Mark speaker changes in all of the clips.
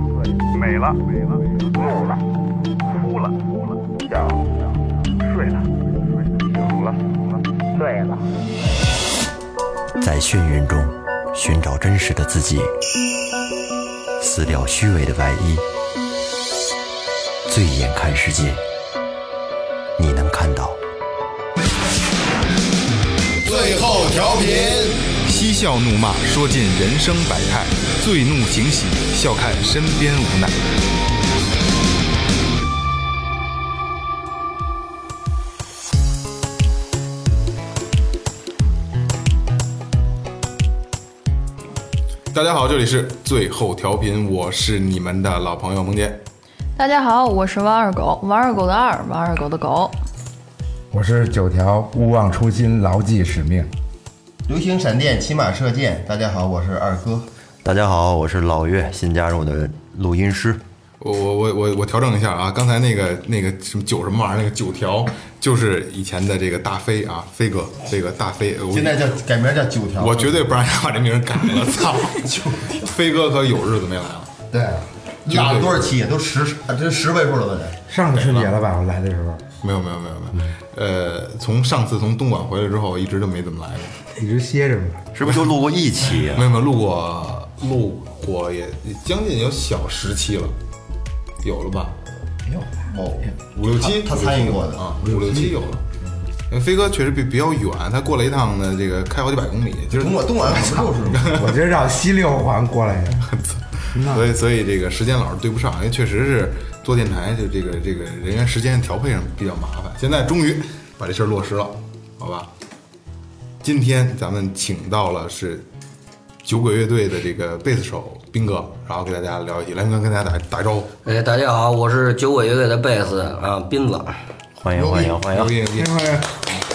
Speaker 1: 了，美了，怒了，哭了，哭了，笑了，睡了，睡了，醒了，醒了，醉了。
Speaker 2: 在眩晕中寻找真实的自己，撕掉虚伪的外衣，醉眼看世界，你能看到。
Speaker 3: 最后调频，
Speaker 4: 嬉笑怒骂，说尽人生百态；醉怒行喜，笑看身边无奈。大家好，这里是最后调频，我是你们的老朋友萌姐。
Speaker 5: 大家好，我是王二狗，王二狗的二，王二狗的狗。
Speaker 6: 我是九条，勿忘初心，牢记使命。
Speaker 3: 流星闪电，骑马射箭。大家好，我是二哥。
Speaker 2: 大家好，我是老岳，新加入的录音师。
Speaker 4: 我我我我我调整一下啊，刚才那个那个什么九什么玩意儿，那个九条就是以前的这个大飞啊，飞哥，这个大飞，我
Speaker 3: 现在叫改名叫九条。
Speaker 4: 我绝对不让他把这名儿改了，操！飞哥可有日子没来啊了。
Speaker 3: 对，拉了多少期？都十啊，这十位数了吧？得。
Speaker 6: 上次春节了吧？我来的时候
Speaker 4: 没有没有没有没有，呃，从上次从东莞回来之后，一直都没怎么来过。
Speaker 6: 一直歇着 嘛。
Speaker 2: 是不是就录过一期啊
Speaker 4: 没？有没有，路过路过也将近有小十期了，有了吧？
Speaker 3: 哦，
Speaker 4: 五六期，
Speaker 3: 他他参与过的
Speaker 4: 啊，五六期有了。因为飞哥确实比比较远，他过来一趟呢，这个开好几百公里，就是
Speaker 3: 东莞东莞不就是吗？
Speaker 6: 我这绕西六环过来的，
Speaker 4: 所以所以这个时间老是对不上，因为确实是做电台就这个这个人员时间调配上比较麻烦。现在终于把这事儿落实了，好吧？今天咱们请到了是酒鬼乐队的这个贝斯手斌哥，然后给大家聊一起，来斌哥跟大家打打招呼，
Speaker 7: 哎，大家好，我是酒鬼乐队的贝斯啊，斌子。
Speaker 2: 欢迎欢迎欢
Speaker 4: 牛
Speaker 2: 迎！
Speaker 4: 逼牛逼！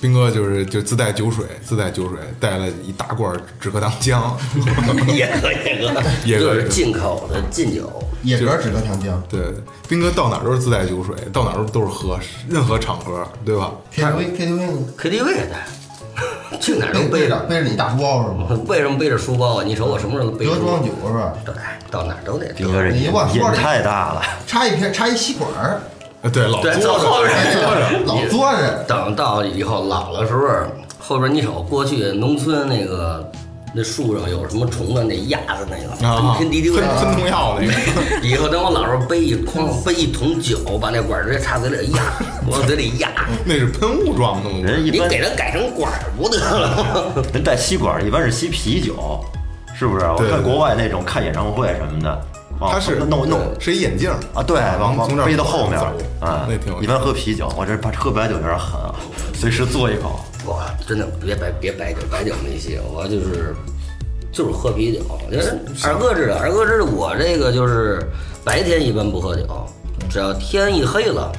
Speaker 4: 斌哥就是就自带酒水，自带酒水，带了一大罐止咳糖浆，
Speaker 7: 野哥，野哥，
Speaker 4: 野哥
Speaker 7: 这是进口的禁酒。
Speaker 3: 野格止咳糖浆，
Speaker 4: 对，斌哥到哪儿都是自带酒水，到哪儿都是喝，任何场合，对吧？
Speaker 3: KTV KTV
Speaker 7: KTV 的，去哪儿都背
Speaker 3: 背着
Speaker 7: 着。
Speaker 3: 背着你大书包是吗？
Speaker 7: 为什么背着书包啊？你瞅我什么时候都背着
Speaker 3: 德
Speaker 7: 书包
Speaker 3: 装酒是吧？
Speaker 7: 对，到哪儿都得
Speaker 2: 斌哥这
Speaker 3: 你
Speaker 2: 瘾
Speaker 3: 往说
Speaker 2: 瘾
Speaker 3: 这
Speaker 2: 太大了，
Speaker 3: 插一片，插一吸管儿，
Speaker 4: 呃对，老
Speaker 7: 对，
Speaker 4: 坐
Speaker 7: 坐后
Speaker 4: 着，
Speaker 7: 边儿
Speaker 3: 老坐着。
Speaker 7: 等到以后老了时候，后边你瞅过去农村那个那树上有什么虫啊子，那压着那个
Speaker 4: 啊，
Speaker 7: 喷
Speaker 4: 喷
Speaker 7: 喷滴滴
Speaker 4: 喷喷农药 那个，
Speaker 7: 以后等我老时候背一筐背一桶酒，把那管儿直接插嘴里压，往嘴里压。
Speaker 4: 那是喷雾状的东西。
Speaker 2: 人一
Speaker 7: 你
Speaker 2: 般
Speaker 7: 给它改成管儿不得了吗？
Speaker 2: 人带吸管一般是吸啤酒，是不是？我
Speaker 4: 对
Speaker 2: 看
Speaker 4: 对
Speaker 2: 国外那种看演唱会什么的，往
Speaker 4: 他是
Speaker 2: 弄弄
Speaker 4: 是一眼镜儿
Speaker 2: 啊，对，往往
Speaker 4: 从这儿
Speaker 2: 背到后面
Speaker 4: 走
Speaker 2: 啊，
Speaker 4: 那挺有
Speaker 2: 一般喝啤酒，我这怕喝白酒有点狠啊，随时嘬一口。
Speaker 7: 哇，真的别白别白酒白酒那些，我就是就是喝啤酒。就是二哥知道，二哥知道我这个就是白天一般不喝酒，只要天一黑了，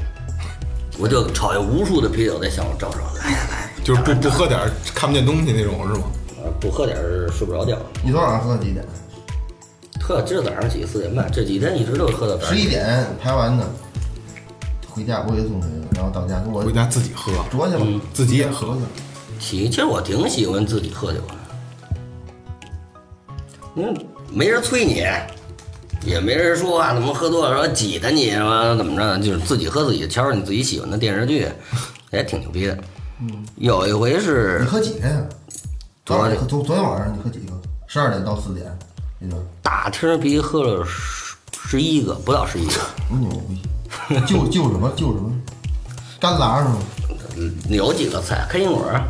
Speaker 7: 我就炒下无数的啤酒在向我招手，来来来，
Speaker 4: 就是不不喝点儿看不见东西那种是吗？
Speaker 7: 呃不喝点儿睡不着觉。
Speaker 3: 你昨晚上喝到几点？
Speaker 7: 特今儿早上起四点半，这几天一直都是喝到早
Speaker 3: 十
Speaker 7: 上
Speaker 3: 一点排完的，回家我也送回去了，然后到家跟我
Speaker 4: 回家自己喝，
Speaker 3: 酌去吧。
Speaker 4: 自己也喝，
Speaker 7: 喜，其实我挺喜欢自己喝酒的，因为没人催你，也没人说啊话，怎么喝多了说挤的你啊，怎么着，就是自己喝自己，瞧着你自己喜欢的电视剧，也挺牛逼的。嗯，有一回
Speaker 3: 你
Speaker 7: 是
Speaker 3: 喝几个呀？昨
Speaker 7: 昨晚
Speaker 3: 晚昨昨天晚上你喝几个？十二点到四点，那段
Speaker 7: 打听啤喝了十十一个，不到十一个，
Speaker 3: 多牛逼！ 就就什么就什么，干拉是吗？
Speaker 7: 嗯有几个菜，开心果儿，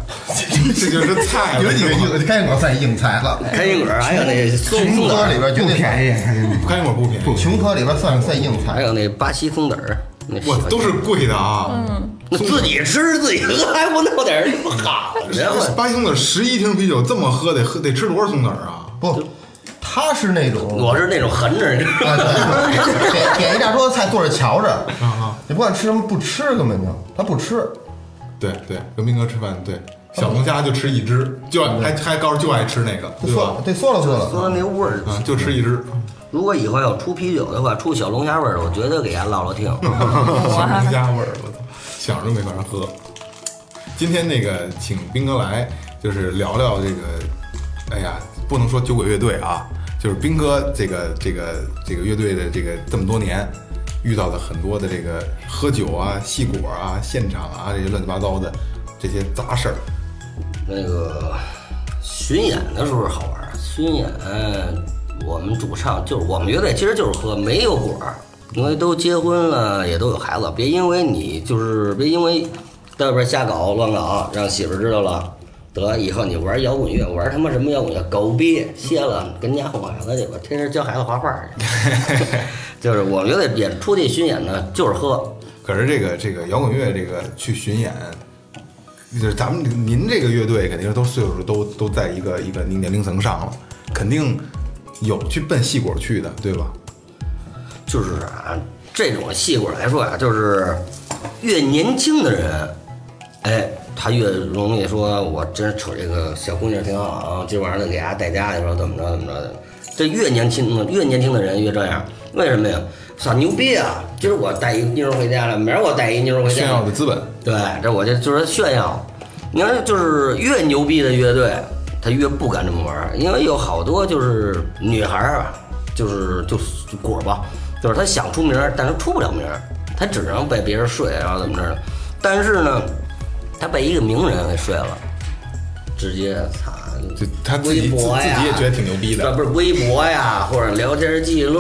Speaker 4: 这就是 菜了。
Speaker 3: 有几个硬，开始算硬菜了。哎
Speaker 7: 开心果儿，还有那松
Speaker 3: 穷
Speaker 7: 松子
Speaker 3: 科里
Speaker 7: 儿，
Speaker 3: 边绝
Speaker 6: 不
Speaker 3: 对算，
Speaker 6: 便宜，看见没？
Speaker 4: 开火不便宜，
Speaker 3: 穷科里边算算硬
Speaker 7: 还
Speaker 3: 菜。
Speaker 7: 有那巴西松子儿，那喜
Speaker 4: 哇
Speaker 7: 欢，
Speaker 4: 都是贵的啊。
Speaker 7: 那自己吃自己喝，还不弄点儿什么好的吗？
Speaker 4: 八星子十一瓶啤酒这么喝，得喝得吃多少松子儿啊？
Speaker 3: 不，他是那种
Speaker 7: 我是那种横着，你知道
Speaker 3: 啊，
Speaker 7: 吗？
Speaker 3: 对点点一大桌子菜坐着瞧着
Speaker 4: 啊，
Speaker 3: 你不管吃什么不吃，根本就他不吃。
Speaker 4: 对对，跟斌哥吃饭，对小龙虾就吃一只，就
Speaker 2: 嗯
Speaker 4: 爱还还告诉就爱吃那个，
Speaker 3: 就
Speaker 4: 对
Speaker 3: 缩
Speaker 4: 吧？
Speaker 3: 对缩了缩
Speaker 7: 说
Speaker 3: 了，
Speaker 7: 的那味儿，
Speaker 4: 啊，就吃一只。
Speaker 2: 嗯
Speaker 7: 如果以后要出啤酒的话，出小龙虾味儿，我绝对给它烙烙听。
Speaker 4: 小龙虾味儿，我操，想着都没法喝。今天那个请斌哥来，就是聊聊这个，哎呀，不能说酒鬼乐队啊，就是斌哥这个这个这个乐队的这个这么多年遇到的很多的这个喝酒啊、戏果啊、现场啊这些乱七八糟的这些杂事儿，
Speaker 7: 那个巡演的时候好玩儿，巡演我们主唱就是我们乐队，其实就是喝，没有果儿，因为都结婚了，也都有孩子，别因为你就是别因为在外边瞎搞乱搞，让媳妇儿知道了，得以后你玩摇滚乐，玩他妈什么摇滚乐，狗逼，歇了，跟家哄孩子去吧，天天教孩子画画去。就是我们乐队演出去巡演呢，就是喝，
Speaker 4: 可是这个这个摇滚乐这个去巡演，就是咱们您这个乐队肯定都岁数都都在一个一个年龄层上了，肯定有去奔戏果去的，对吧？
Speaker 7: 就是啊，这种戏骨来说啊，就是越年轻的人，哎，他越容易说，我真瞅这个小姑娘挺好啊，今晚上得给她带家去，说怎么着怎么着的。这越年轻的越年轻的人越这样，为什么呀？操牛逼啊！今儿我带一妞儿回家了，明儿我带一妞儿回家
Speaker 4: 炫
Speaker 7: 了
Speaker 4: 耀的资本。
Speaker 7: 对，这我这就是炫耀。你看，就是越牛逼的乐队，他越不敢这么玩儿，因为有好多就是女孩儿啊，就是就是果儿吧，就是她想出名儿，但是出不了名儿，她只能被别人睡，啊然后怎么着的。但是呢，她被一个名人给睡了，直接操。
Speaker 4: 就她自己
Speaker 7: 微博呀
Speaker 4: 自己也觉得挺牛逼的
Speaker 7: 对不是微博呀，或者聊天记录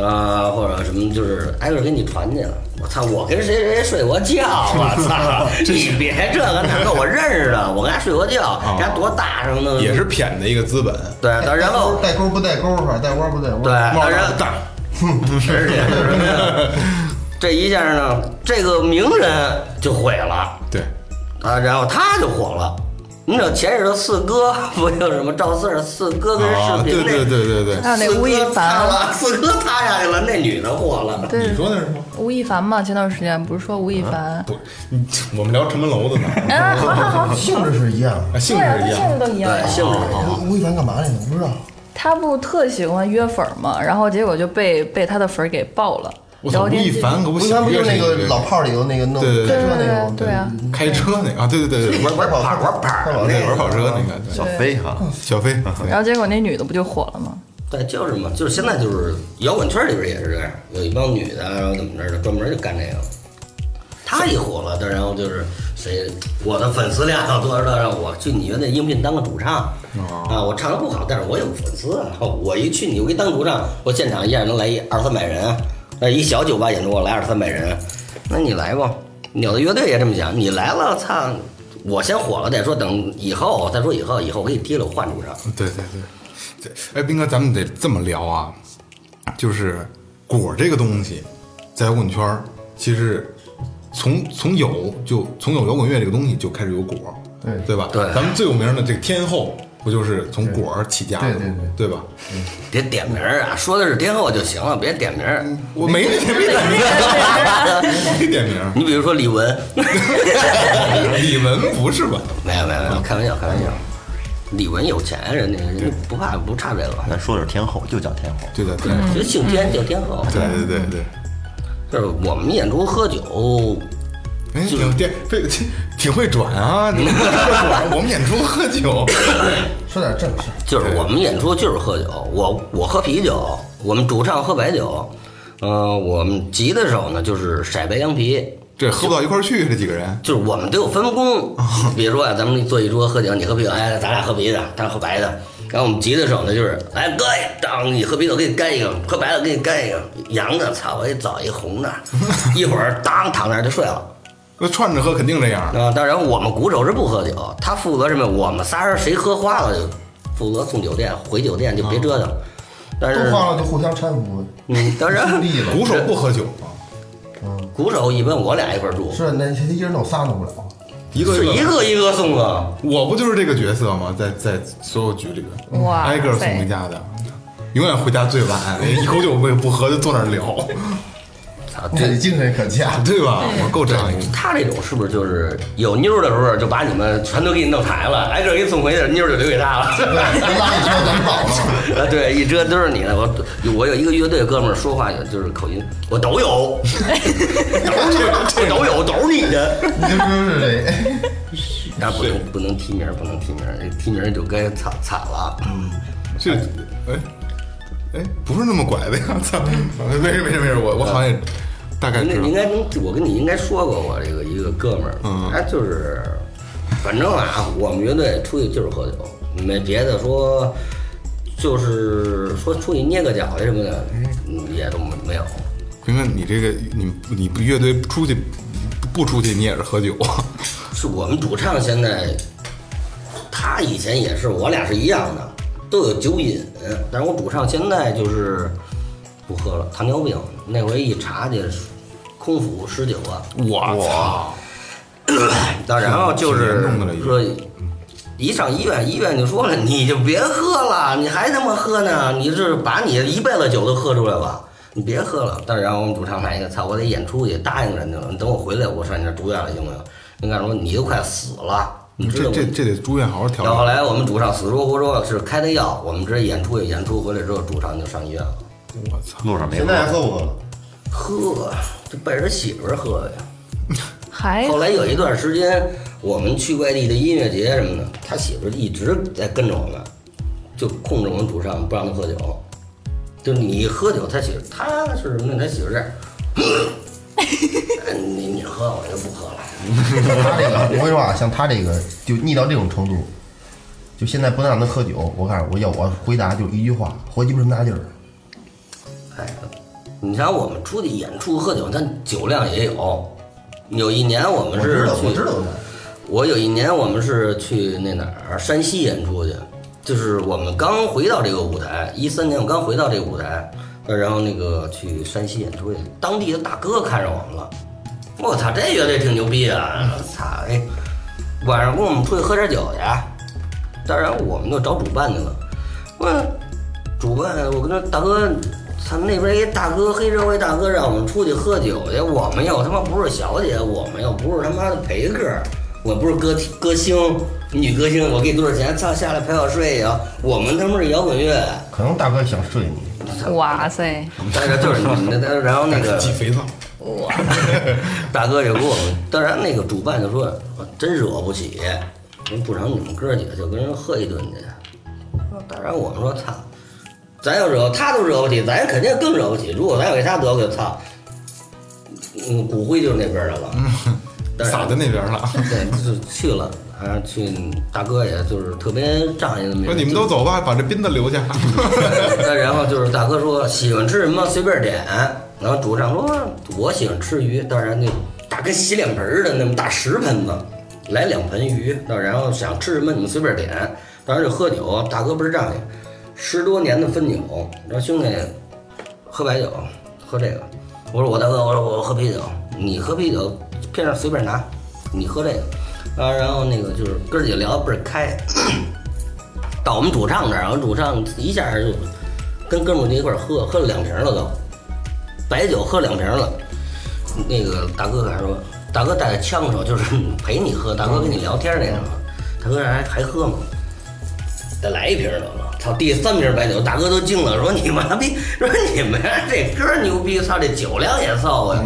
Speaker 7: 啊，或者什么，就是哎挨个给你传去了。我操，我跟谁谁谁睡过觉， 我操！你别这个那个，我认识的，我跟他睡过觉，人家多大声的，
Speaker 4: 哦也是谝的一个资本。
Speaker 7: 对， 但然后
Speaker 3: 带钩不带钩反正带窝不带窝。
Speaker 7: 对，
Speaker 4: 冒
Speaker 7: 当然
Speaker 4: 着大，
Speaker 7: 而且是什么呀？这一下呢，这个名人就毁了。
Speaker 4: 对，
Speaker 7: 啊，然后他就火了。你知道前日的四哥不就是什么赵四儿四哥跟视
Speaker 4: 啊，
Speaker 7: 频
Speaker 4: 对
Speaker 7: 那，
Speaker 4: 对对对对，
Speaker 5: 还啊有那
Speaker 7: 四哥
Speaker 5: 吴亦
Speaker 7: 塌
Speaker 5: 凡，
Speaker 7: 了，四哥塌下去了，那女的火了。
Speaker 5: 对
Speaker 4: 你，说那是什么？
Speaker 5: 吴亦凡嘛，前段时间不是说吴亦凡？
Speaker 4: 不，你我们聊城门楼 子呢，
Speaker 5: 啊，好好好，
Speaker 3: 性质是一样的。
Speaker 4: 啊性
Speaker 5: 对
Speaker 4: 质
Speaker 5: 啊，
Speaker 4: 是一
Speaker 5: 性
Speaker 4: 样
Speaker 5: 质
Speaker 4: 的。
Speaker 5: 都一样
Speaker 7: 对，。性质也好。
Speaker 3: 吴吴亦凡干嘛来着？我不知道。
Speaker 5: 他不特喜欢约粉儿嘛，然后结果就被被他的粉儿给爆了。
Speaker 4: 我
Speaker 5: 然
Speaker 4: 操，
Speaker 5: 后
Speaker 4: 吴
Speaker 5: 电
Speaker 4: 亦
Speaker 5: 视
Speaker 4: 凡可不
Speaker 3: 吴亦凡
Speaker 4: 想
Speaker 3: 不就是那
Speaker 4: 约
Speaker 3: 个
Speaker 4: 谁
Speaker 3: 老炮儿里头那个弄
Speaker 4: 对对
Speaker 3: 开
Speaker 4: 对
Speaker 3: 车那个吗？
Speaker 5: 对对啊
Speaker 4: 开车那个啊？对对对对，玩玩
Speaker 3: 玩跑车，玩
Speaker 7: 跑
Speaker 3: 跑
Speaker 4: 那个玩跑车那个，对嗯
Speaker 2: 小飞哈，
Speaker 4: 小飞，
Speaker 5: 然后结果那女的不就火了吗？
Speaker 7: 对，就是嘛，就是现在就是摇滚圈里边也是这样，有一帮女的，然后怎么着的，专门就干这个。他一火了，但然后就是谁，我的粉丝量多少多少，我去你乐队应聘当个主唱、啊，我唱的不好，但是我有粉丝啊，我一去你我给你当主唱，我现场一下能来一二三百人，啊那一小酒吧演出我来二三百人，啊那你来吧，鸟的乐队也这么想，你来了，操，我先火了再说，等以后再说以后，以后我给你踢了，我换主唱。
Speaker 4: 对对对，这哎，斌哥，咱们得这么聊啊，就是果这个东西，在摇滚圈儿其实从从有就从有摇滚乐这个东西就开始有果，
Speaker 3: 对
Speaker 4: 对吧？
Speaker 7: 对
Speaker 4: 咱们最有名的这个天后不就是从果儿起家的吗？
Speaker 3: 对
Speaker 4: 对
Speaker 3: 对
Speaker 4: 吧？
Speaker 7: 别点名儿啊，说的是天后就行了，别点名儿。
Speaker 4: 我没没点名，没点名，
Speaker 7: 你比如说李玟，
Speaker 4: 李玟不是吧？
Speaker 7: 没有没有没有，开玩笑开玩笑。李玟有钱，啊人家人家不怕不差这个，
Speaker 2: 咱说的是天后，就叫天后。
Speaker 4: 对的，对的
Speaker 7: 就姓天叫天后。
Speaker 4: 对对对对。
Speaker 7: 就是我们演出喝酒，
Speaker 4: 哎，挺这这这挺会转啊！你们 我们演出喝酒，
Speaker 3: 说点正事儿。
Speaker 7: 就是我们演出就是喝酒，我我喝啤酒，我们主唱喝白酒，呃，我们急的时候呢就是色白羊啤，
Speaker 4: 这喝不到一块儿去，这几个人。
Speaker 7: 就是我们都有分工，比如说啊，咱们坐一桌喝酒，你喝啤酒，哎，咱俩喝啤的，他喝白的。然后我们急的时候呢，就是哎哥，当你喝啤酒给你干一个，喝白的给你干一个，洋的，操，我给你找一红的，一会儿当躺那儿就睡了。
Speaker 4: 那串着喝肯定这样，
Speaker 7: 啊，当然我们鼓手是不喝酒，他负责什么？我们仨人谁喝花了就负责送酒店，回酒店就别折腾。但
Speaker 3: 都
Speaker 7: 是，
Speaker 3: 花了就互相搀扶，
Speaker 7: 嗯，当然
Speaker 3: 兄弟了。
Speaker 4: 鼓手不喝酒啊，
Speaker 7: 鼓手一般我俩一块儿住，
Speaker 3: 是那一人弄仨弄不了。
Speaker 4: 一个
Speaker 7: 是一
Speaker 4: 个，
Speaker 7: 个一个送啊。
Speaker 4: 我不就是这个角色吗？在在所有局里边，
Speaker 5: 哇
Speaker 4: 挨个儿送回家的，永远回家最晚，一口酒不不喝就坐那儿聊，
Speaker 7: 操，
Speaker 3: 你
Speaker 7: 这
Speaker 3: 这精神可嘉。
Speaker 4: 对吧？我够仗义，
Speaker 7: 他这种是不是就是有妞儿的时候就把你们全都给你弄抬了，挨个儿给你送回去，妞儿就留给他
Speaker 3: 对，
Speaker 7: 了。
Speaker 3: 拉一圈咱们倒了。
Speaker 7: 啊， 对，一遮都是你的。我我有一个乐队哥们儿，说话也就是口音，我都 有， 都有，都有，都是你的。
Speaker 3: 你就知道是这。
Speaker 7: 那不能不能提名儿，不能提名儿，提名儿就该惨惨了。
Speaker 4: 这哎，哎，不是那么拐的呀！操，没事没事没事，我我好像也大概
Speaker 7: 应
Speaker 4: 知
Speaker 7: 该
Speaker 4: 道
Speaker 7: 应。该能，我跟你应该说过我这个一个哥们儿，他就是，反正啊，我们乐队出去就是喝酒，没别的说，就是说出去捏个脚去什么的，嗯也都没没有。
Speaker 4: 平哥，你这个你你不乐队出去不出去，你也是喝酒啊？
Speaker 7: 是我们主唱现在，他以前也是，我俩是一样的，都有酒瘾，但是我主唱现在就是不喝了，糖尿病。那回一查去，空腹十九啊，
Speaker 4: 我操！
Speaker 7: 那然后就
Speaker 4: 挺
Speaker 7: 是
Speaker 4: 严重的了已经
Speaker 7: 说，一上医院，医院就说了，你就别喝了，你还他妈喝呢？你是把你一辈子酒都喝出来了，你别喝了。但是然后我们主唱来一个，操，我得演出去，答应人家了，你等我回来，我上你那儿住院了行不行？人家说你都快死了，你知道
Speaker 4: 这
Speaker 7: 吗
Speaker 4: 嗯这这得住院好好调
Speaker 7: 然后后
Speaker 4: 养。
Speaker 7: 来我们主唱死说活说是开的药，我们直接演出去，演出回来之后主唱就上医院了，
Speaker 4: 我操！
Speaker 8: 路上没
Speaker 3: 现
Speaker 8: 有。
Speaker 3: 在还喝不喝了？
Speaker 7: 喝就背着媳妇儿喝呀。
Speaker 5: 还
Speaker 7: 后来有一段时间，我们去外地的音乐节什么的，他媳妇儿一直在跟着我们，就控制我们主唱不让他喝酒。就你喝酒，他媳妇儿他是什么呢？他媳妇儿这样， 哎你你喝我就不喝了。
Speaker 3: 他这个，我跟你说啊，像他这个就腻到这种程度，就现在不能让他喝酒。我告诉你，我要我回答就一句话：活鸡巴什么大劲儿？
Speaker 7: 哎，你像我们出去演出喝酒，他酒量也有。有一年我
Speaker 3: 我
Speaker 7: 们是
Speaker 3: 知道，
Speaker 7: 去
Speaker 3: 我知道的。
Speaker 7: 我有一年我们是去那哪儿山西演出去，就是我们刚回到这个舞台，一三年我刚回到这个舞台，然后那个去山西演出去，当地的大哥看上我们了，我操，这乐队挺牛逼啊！操，哎，晚上跟我们出去喝点酒去，啊当然我们就找主办去了。我说主办，我跟他大哥，他们那边一大哥黑社会大哥让我们出去喝酒去，我们又他妈不是小姐，我们又不是他妈的陪客，我不是歌歌星女歌星，我给你多少钱？操，下来陪我睡呀！我们他妈是摇滚 乐，
Speaker 3: 可能大哥想睡你，
Speaker 5: 哇塞，
Speaker 7: 但是就是 你们的，然后那个
Speaker 4: 挤肥皂，
Speaker 7: 大哥就给我们，当然那个主办就说，啊真惹不起，人不成你们哥几个就跟人喝一顿去。当然我们说操，咱要惹他都惹不起，咱肯定更惹不起。如果咱要给他得罪，操，嗯，骨灰就是那边的了，但
Speaker 4: 嗯
Speaker 7: 是
Speaker 4: 撒在那边 了。
Speaker 7: 对，就是去了。啊，去大哥也就是特别仗义的那
Speaker 4: 说
Speaker 7: 种，
Speaker 4: 你们都走吧，把这斌子留 下。
Speaker 7: 那然后就是大哥说喜欢吃什么随便点，然后主唱说我喜欢吃鱼，当然那大跟洗脸盆儿的那么大石盆子，来两盆鱼，那然后想吃什么你们随便点，当然就喝酒，大哥倍儿仗义，十多年的分酒，然后兄弟喝白酒，喝这个，我说我大哥，我说我喝啤酒，你喝啤酒片上随便拿，你喝这个，啊，然后那个就是哥儿几个聊得倍儿开。到我们主唱这儿，然后主唱一下就跟哥们儿一块儿喝，喝了两瓶了都，白酒喝两瓶了。那个大哥还说，大哥带着枪手，就是 陪你喝，大哥跟你聊天那种。大哥还还喝吗？再来一瓶得了。操，第三瓶白酒，大哥都惊了，说你妈逼，说你们这歌牛逼，操，这酒量也凑呀。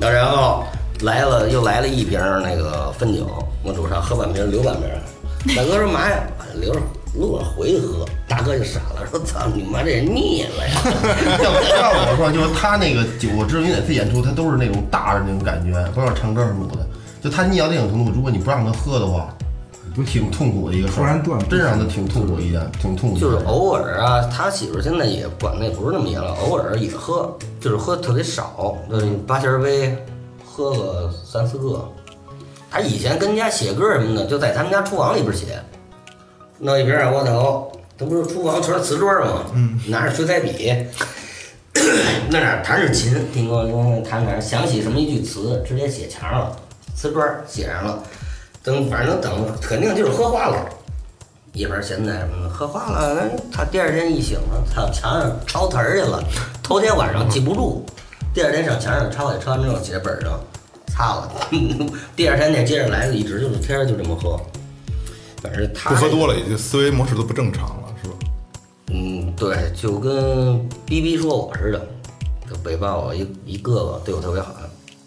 Speaker 7: 那然后来了，又来了一瓶那个汾酒，我主唱喝半瓶，留半瓶。大哥说嘛呀，留着路上回去喝。大哥就傻了，说操你妈这腻了呀。
Speaker 3: 要要我说，就是他那个酒，我知道你哪次演出，他都是那种大的那种感觉，不知道唱歌什么的。就他腻到那种程度，如果你不让他喝的话，挺痛苦的一个事儿。
Speaker 6: 突然断片
Speaker 3: 真让他挺痛苦一件，挺痛苦的。
Speaker 7: 就是偶尔啊，他媳妇儿现在也管的也不是那么严了，偶尔也喝，就是喝特别少，就是八千儿杯，喝个三四个。他以前跟人家写歌什么的，就在他们家厨房里边写，弄一瓶二锅头，他不是厨房全是瓷砖吗？嗯，拿着水彩笔，那哪儿弹着琴，叮咣叮咣弹哪儿，想起什么一句词，直接写墙上了，瓷砖儿写上了，等反正等肯定就是喝花了。一边现在什么的喝花了，哎他第二天一醒了，操墙上抄词儿去了。头天晚上记不住，第二天上墙上抄去，抄完之后写本儿上，擦了。 第二天那接着来了，一直就是天天就这么喝。反正他
Speaker 4: 不喝
Speaker 7: 这个
Speaker 4: 多了，也就思维模式都不正常了，是吧？
Speaker 7: 嗯，对，就跟逼逼说我似的，就北霸我一一哥哥对我特别好。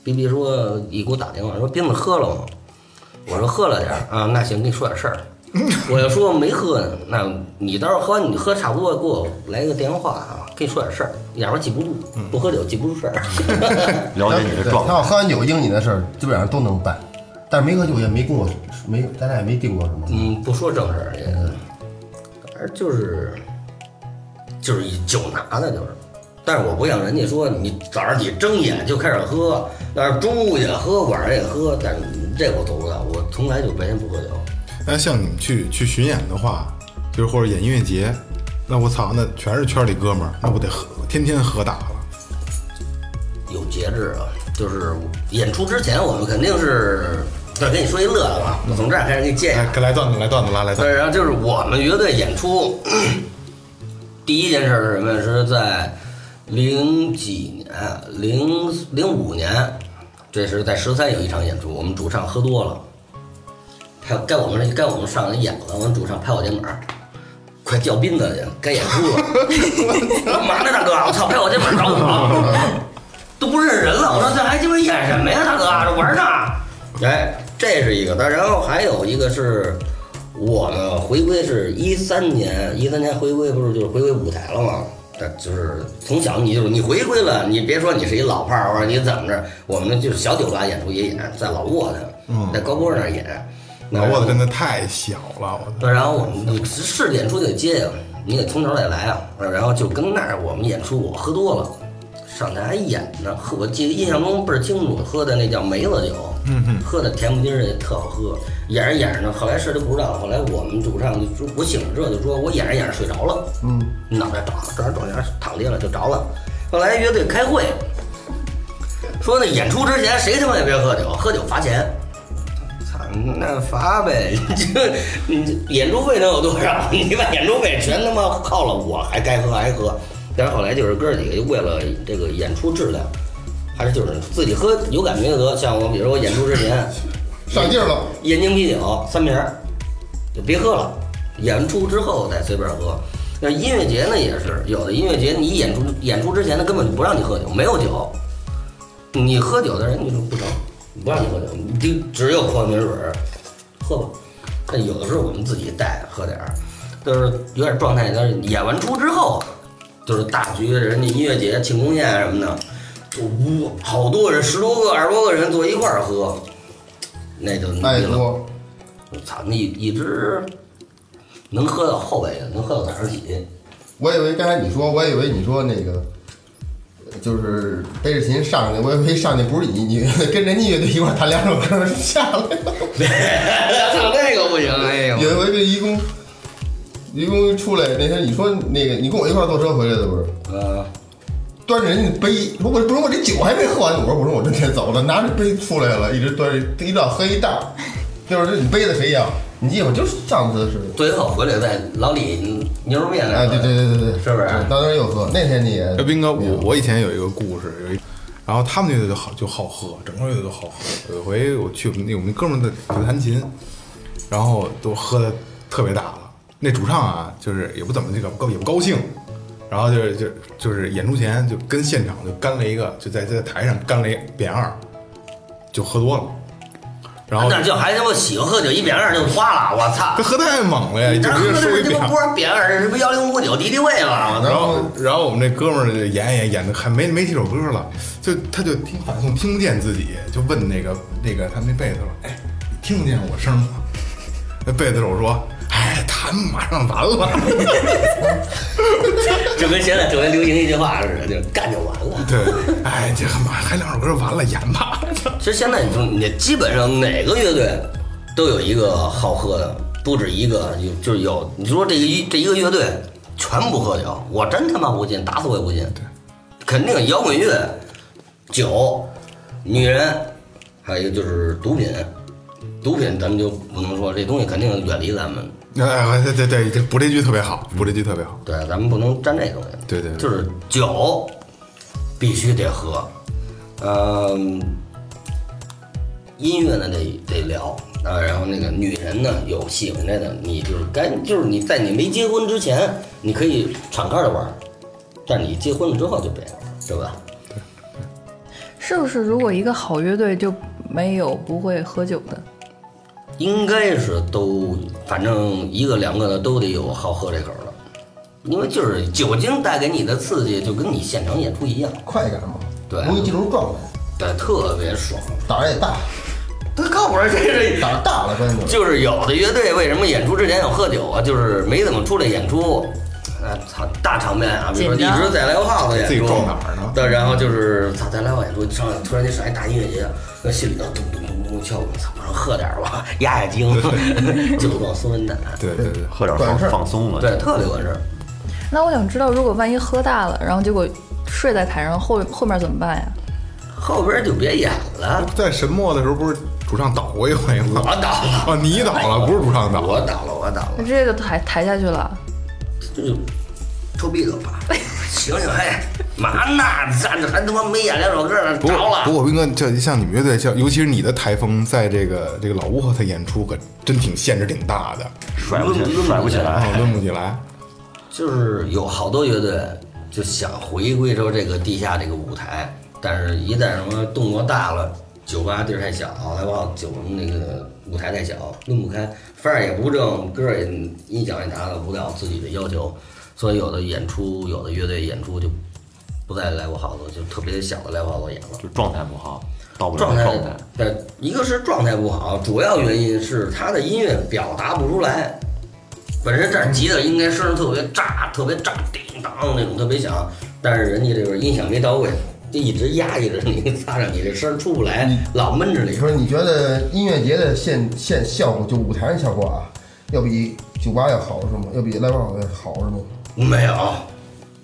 Speaker 7: 逼逼说一给我打电话说斌子喝了吗？我说喝了点儿啊，那行，跟你说点事儿。我要说没喝呢，那你到时候喝完你喝差不多，给我来个电话啊，跟你说点事儿，要不然记不住，不喝酒记不住事儿。
Speaker 4: 哎
Speaker 2: 了解你的
Speaker 3: 对
Speaker 2: 状
Speaker 3: 他
Speaker 2: 态。
Speaker 3: 要喝完酒应你的事儿，基本上都能办，但是没喝酒也没跟我没，咱俩也没定过什么。
Speaker 7: 嗯，不说正事儿也，反正就是就是以酒拿的，就是。但是我不像人家说，你早上你睁眼就开始喝，但是中午也喝，晚上也喝，但是这我做不到，我从来就白天不喝酒。
Speaker 4: 那像你们去去巡演的话，就是或者演音乐节，那我操，那全是圈里哥们儿，那我得喝，天天喝大了。
Speaker 7: 有节制啊，就是演出之前我们肯定是，再跟你说一乐的吧，我从这儿开始给你建一
Speaker 4: 来
Speaker 7: 下。，
Speaker 4: 哎来段子，来段子，来来段
Speaker 7: 对，
Speaker 4: 子。
Speaker 7: 然后就是我们乐队演出，第一件事是什么？是在零几年，零零五年，这是在十三有一场演出，我们主唱喝多了，拍该我们该我们上来演了，我们主唱拍我肩膀。快叫斌子去，该演出 了！干嘛呢，大哥？我操，拍我肩膀找我，都不认人了。我说这还鸡巴演什么呀，大哥？这玩儿呢？哎，这是一个，但然后还有一个是我们回归是一三年，一三年回归不是就是回归舞台了吗？这就是从小你就是你回归了，你别说你是一老炮儿或者你怎么着，我们就是小酒吧演出也演，在老沃的，在高坡那儿演。
Speaker 4: 老沃的真的太小了，我操！
Speaker 7: 对，然后我们你是演出得接呀，你得从头再来啊。然后就跟那儿我们演出，我喝多了，上台还演呢，喝我记得印象中倍儿清楚，喝的那叫梅子酒，嗯嗯，喝的甜不丁儿的特好喝。演着演着呢，后来事都不知道，后来我们主唱就说我醒了之后就说我演着演着睡着了，嗯，脑袋打这儿这儿躺地上了就着了。后来乐队开会，说那演出之前谁他妈也别喝酒，喝酒罚钱。 操，那罚呗， 你这你这演出费能有多少？你把演出费全他妈靠了我，还该喝还喝。但是后来就是哥几个就为了这个演出质量，还是就是自己喝有感觉就得。像我，比如我演出之前，
Speaker 3: 上劲儿了，
Speaker 7: 燕京啤酒三瓶儿，就别喝了。演出之后再随便喝。那音乐节呢也是，有的音乐节你演出演出之前他根本就不让你喝酒，没有酒。你喝酒的人你说不成，不让你喝酒，你就只有矿泉水儿，喝吧。但有的时候我们自己带喝点儿，就是有点状态。但是演完出之后，就是大局人家音乐节、庆功宴啊什么的，就呜好多人，十多个、二十多个人坐一块儿喝，那就
Speaker 3: 那
Speaker 7: 腻
Speaker 3: 也
Speaker 7: 了。
Speaker 3: 多。
Speaker 7: 操，那一直能喝到后半夜，能喝到早上起。
Speaker 3: 我以为刚才你说，我以为你说那个，就是背着琴上去，我以为上去不是你，你 跟人家乐队一块儿弹两首歌下来了。
Speaker 7: 操，那个不行，哎呦，
Speaker 3: 有一回这义工，义工出来那天，你说那个你跟我一块儿坐车回来的不是？
Speaker 7: 呃，
Speaker 3: 端着人家杯，我我不是我这酒还没喝完呢，我说我说我真先走了，拿着杯出来了，一直端着，一直到喝一大，就是你杯子谁要？你记得我就是上次是，
Speaker 7: 最后回来在老李牛肉面那儿
Speaker 3: 哎，对对对对对，
Speaker 7: 是不啊是
Speaker 3: 当时又喝，那天你也
Speaker 4: 哎，，斌哥，我我以前有一个故事，有一，然后他们乐队就好就好喝，整个乐队都好喝。有一回我去我们那我们那哥们儿在弹琴，然后都喝的特别大了。那主唱啊，就是也不怎么那个高也不高兴，然后就是就就是演出前就跟现场就干了一个，就在在台上干了一扁二，就喝多了，然后
Speaker 7: 那就还他妈喜欢喝酒，一扁二就花了，我操
Speaker 4: 他！喝太猛了呀，就直
Speaker 7: 这喝
Speaker 4: 接
Speaker 7: 的
Speaker 4: 说
Speaker 7: 是
Speaker 4: 一
Speaker 7: 这
Speaker 4: 扁
Speaker 7: 不
Speaker 4: 二
Speaker 7: 不。是扁二，这是不幺零五九敌敌畏吗？我
Speaker 4: 然
Speaker 3: 啊
Speaker 7: 操！
Speaker 4: 后，然后我们这哥们儿就演也演的还没没几首歌了，就他就听反送听不见自己，就问那个那个他那贝斯手，哎，你听不见我声吗？ 那贝斯手说，哎，弹马上完了。
Speaker 7: 就跟现在特别流行一句话似的，就干就完了。
Speaker 4: 对，哎，这马还两首歌完了，演吧。
Speaker 7: 其实现在你说，你基本上哪个乐队都有一个好喝的，不止一个，有就是有。你说这一这一个乐队全不喝酒，我真他妈不信，打死我也不信。对，肯定摇滚乐、酒、女人，还有一个就是毒品。毒品咱们就不能说，这东西肯定远离咱们。
Speaker 4: 哎，对对对，这补这句特别好，补这句特别好。
Speaker 7: 对，咱们不能沾这东西。
Speaker 4: 对对对
Speaker 7: 就是酒必须得喝，嗯，音乐呢得得聊啊，然后那个女人呢有喜欢这的，你就是该就是你在你没结婚之前，你可以敞开的玩儿，但你结婚了之后就别玩儿，对吧？
Speaker 5: 是不是如果一个好乐队就没有不会喝酒的？
Speaker 7: 应该是都，反正一个两个的都得有好喝这口的，因为就是酒精带给你的刺激，就跟你现场演出一样，
Speaker 3: 快感嘛，
Speaker 7: 对啊
Speaker 3: 容易进入状态，
Speaker 7: 对，特别爽。
Speaker 3: 胆儿也大，
Speaker 7: 他靠谱，这是
Speaker 3: 胆儿大了，关键就是
Speaker 7: 就是有的乐队为什么演出之前要喝酒啊？就是没怎么出来演出，呃，操大场面啊，比如说
Speaker 5: 紧
Speaker 7: 一
Speaker 5: 张
Speaker 7: 直在 live house 演出，
Speaker 4: 自己撞哪儿呢
Speaker 7: 对，然后就是操在 live house 演出，上来突然间上一大音乐节，那心里头咚咚咚咚敲鼓，操，我说喝点儿吧，压压惊， 酒壮怂人胆，
Speaker 4: 对对对，
Speaker 2: 喝点
Speaker 3: 管
Speaker 2: 放
Speaker 3: 事儿
Speaker 2: 放松了。
Speaker 7: 对，特别管事儿。
Speaker 5: 那我想知道，如果万一喝大了，然后结果睡在台上，后后面怎么办呀？
Speaker 7: 后边就别演了，
Speaker 4: 在神墨的时候不是主唱倒过一回吗？
Speaker 7: 我倒了，
Speaker 4: 哦，你倒了，不是主唱倒，
Speaker 7: 我倒了，我倒了
Speaker 5: 那，这个抬抬下去了，
Speaker 7: 就是臭屁了吧？ 醒醒，嘿，嘛呢？站着还他妈没演两首歌呢，
Speaker 4: 不
Speaker 7: 着
Speaker 4: 过
Speaker 7: 了
Speaker 4: 不。过，斌哥，这像你们乐队，像尤其是你的台风，在这个这个老屋后他演出可真挺限制挺大的，
Speaker 2: 甩不起来，甩不起来。
Speaker 4: 啊，抡不起来。
Speaker 7: 就是有好多乐队就想回归到这个地下这个舞台，但是一旦什么动作大了，酒吧地儿太小，来往酒那个舞台太小，弄不开，范儿也不正，歌儿也音响也达到不到自己的要求，所以有的演出，有的乐队演出就不再来过好多，就特别小的来过好多演了。
Speaker 2: 就状态不好，到不了
Speaker 7: 状态
Speaker 2: 状态。，
Speaker 7: 对，一个是状态不好，主要原因是他的音乐表达不出来。本身这儿吉他应该声儿特别炸，特别炸，叮当那种特别响，但是人家这边音响没到位，就一直压抑着你， 擦着你这声儿出不
Speaker 2: 嗯
Speaker 7: 来，老闷着
Speaker 3: 你
Speaker 7: 里。
Speaker 3: 说你觉得音乐节的现现效果，就舞台上效果啊，要比酒吧要好是吗？要比 live house 要好是吗？
Speaker 7: 没有，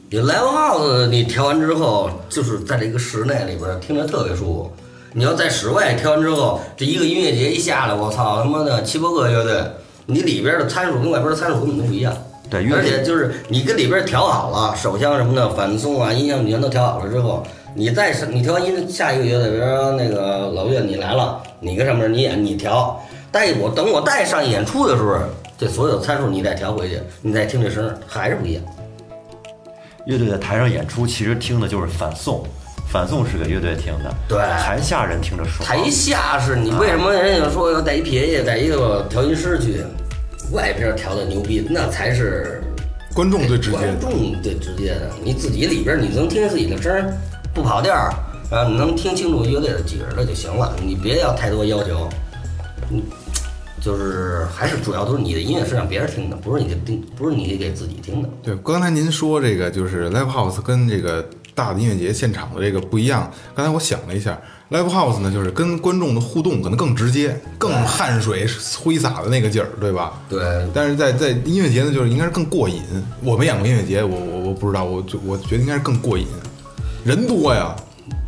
Speaker 7: 你 live house 你调完之后，就是在这个室内里边儿听着特别舒服。你要在室外调完之后，这一个音乐节一下来，我操他妈的七八个乐队，你里边的参数跟外边的参数根本就不一样。
Speaker 2: 对乐
Speaker 7: 而
Speaker 2: 队
Speaker 7: 且就是你跟里边调好了手枪什么的反送啊，音响全都调好了之后，你再上你调完音，下一个乐队，比如说那个老岳你来了，你跟上面你演你调，但我等我带上演出的时候，这所有参数你再调回去，你再听这声儿还是不一样。
Speaker 2: 乐队在台上演出，其实听的就是反送，反送是给乐队听的，
Speaker 7: 对
Speaker 2: 台下人听着爽。
Speaker 7: 台下是你为什么人家说要带一 PA 带一个调音师去，外边调的牛逼，那才是
Speaker 4: 观众最直接
Speaker 7: 观众最直接的。你自己里边你能听见自己的声儿，不跑调儿，啊，你能听清楚乐队的几个人的就行了，你别要太多要求。嗯，就是还是主要都是你的音乐是让别人听的，不是你给听，不是你给自己听的。
Speaker 4: 对，刚才您说这个就是 live house 跟这个大的音乐节现场的这个不一样。刚才我想了一下，live house 呢，就是跟观众的互动可能更直接，更汗水挥洒的那个劲儿，对吧？
Speaker 7: 对
Speaker 4: 但是在在音乐节呢，就是应该是更过瘾。我没演过音乐节，我我我不知道，我就我觉得应该是更过瘾，人多呀。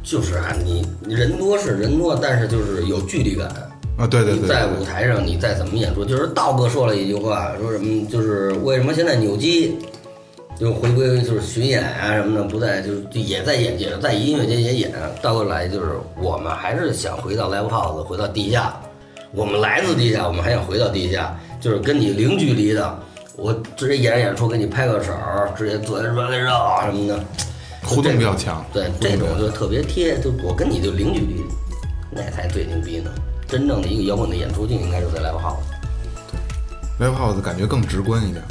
Speaker 7: 就是啊，你人多是人多，但是就是有距离感。
Speaker 4: 啊，对对对对，
Speaker 7: 你在舞台上，你再怎么演出，就是道哥说了一句话，说什么就是为什么现在扭机就回归就是巡演啊什么的，不在就是就也在演，也在音乐节也演。倒过来就是我们还是想回到 live house，回到地下。我们来自地下，我们还想回到地下，就是跟你零距离的，我直接演着演出给你拍个手，直接做人 run 什么的，
Speaker 4: 互动比较强。
Speaker 7: 对，这种就特别贴，就我跟你就零距离，那才最牛逼呢。真正的一个摇滚的演出就应该是在 live house。
Speaker 4: live house 感觉更直观一点。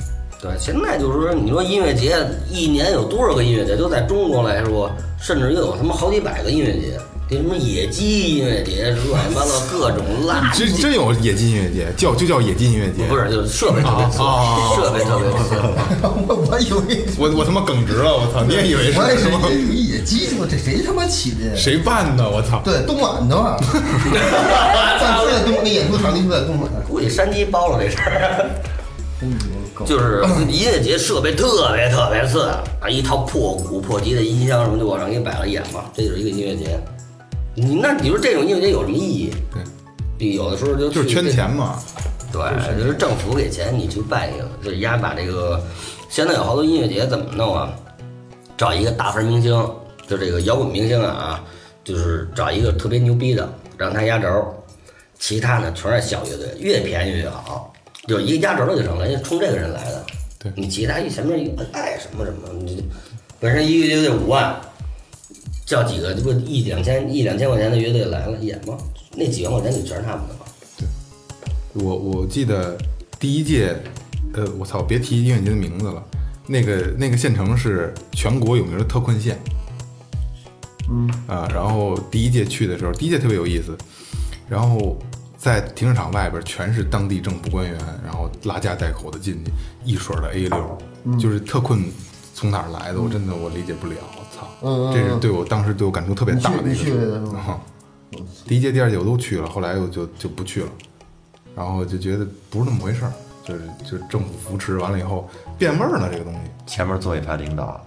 Speaker 7: 对，现在就是说，你说音乐节一年有多少个音乐节？就在中国来说，甚至又有他妈好几百个音乐节，这什么野鸡音乐节，乱七八糟各 种垃
Speaker 4: 其实
Speaker 7: 圾。
Speaker 4: 真有野鸡音乐节，叫就叫野鸡音乐节。
Speaker 7: 不，是，就是设备特别次， 设备特别次。
Speaker 3: 我我以为
Speaker 4: 我我他妈耿直了，我操！你也以为
Speaker 3: 我也是
Speaker 4: 是吗？
Speaker 3: 野野鸡，我这谁他妈起的？
Speaker 4: 谁办的？我操！
Speaker 3: 对，东莞的嘛，暂时在东，那演出场地就在东莞。
Speaker 7: 估计山鸡包了这事儿。就是音乐节设备特别特别次啊，一套破鼓破吉的音箱什么就往上给你摆了演嘛，这就是一个音乐节。你那你说这种音乐节有什么意义？
Speaker 4: 对，
Speaker 7: 比有的时候就
Speaker 4: 就是
Speaker 7: 去
Speaker 4: 圈
Speaker 7: 这
Speaker 4: 钱嘛。
Speaker 7: 对，就是政府给钱你去办一个，就是丫把这个，现在有好多音乐节怎么弄啊？找一个大牌明星，啊就这个摇滚明星啊，就是找一个特别牛逼的，让他压轴，其他呢全是小乐队，越便宜越好，有一个压轴的就成了，人家冲这个人来的。
Speaker 4: 对
Speaker 7: 你其他一前面一爱什么什么，你这本身一个乐队五万，叫几个这不一两千一两千块钱的乐队来了演吗？那几万块钱就全是他们的吗？
Speaker 4: 我我记得第一届，呃，我操，别提音乐节的名字了。那个那个县城是全国有名的特困县，嗯啊，然后第一届去的时候，第一届特别有意思，然后在停车场外边全是当地政府官员，然后拉家带口的进去，一水儿的 A 六、
Speaker 3: 嗯
Speaker 4: 就是特困从哪儿来的，我真的我理解不了，我操，
Speaker 3: 嗯嗯嗯
Speaker 4: 这是对我当时对我感触特别大的一
Speaker 3: 你
Speaker 4: 个
Speaker 3: 去
Speaker 4: 事
Speaker 3: 你去
Speaker 4: 儿
Speaker 3: 的是吗
Speaker 4: 啊第一届、第二届我都去了，后来我就就不去了，然后就觉得不是那么回事儿，就是就是政府扶持完了以后变味儿了这个东西。
Speaker 2: 前面坐一排领导，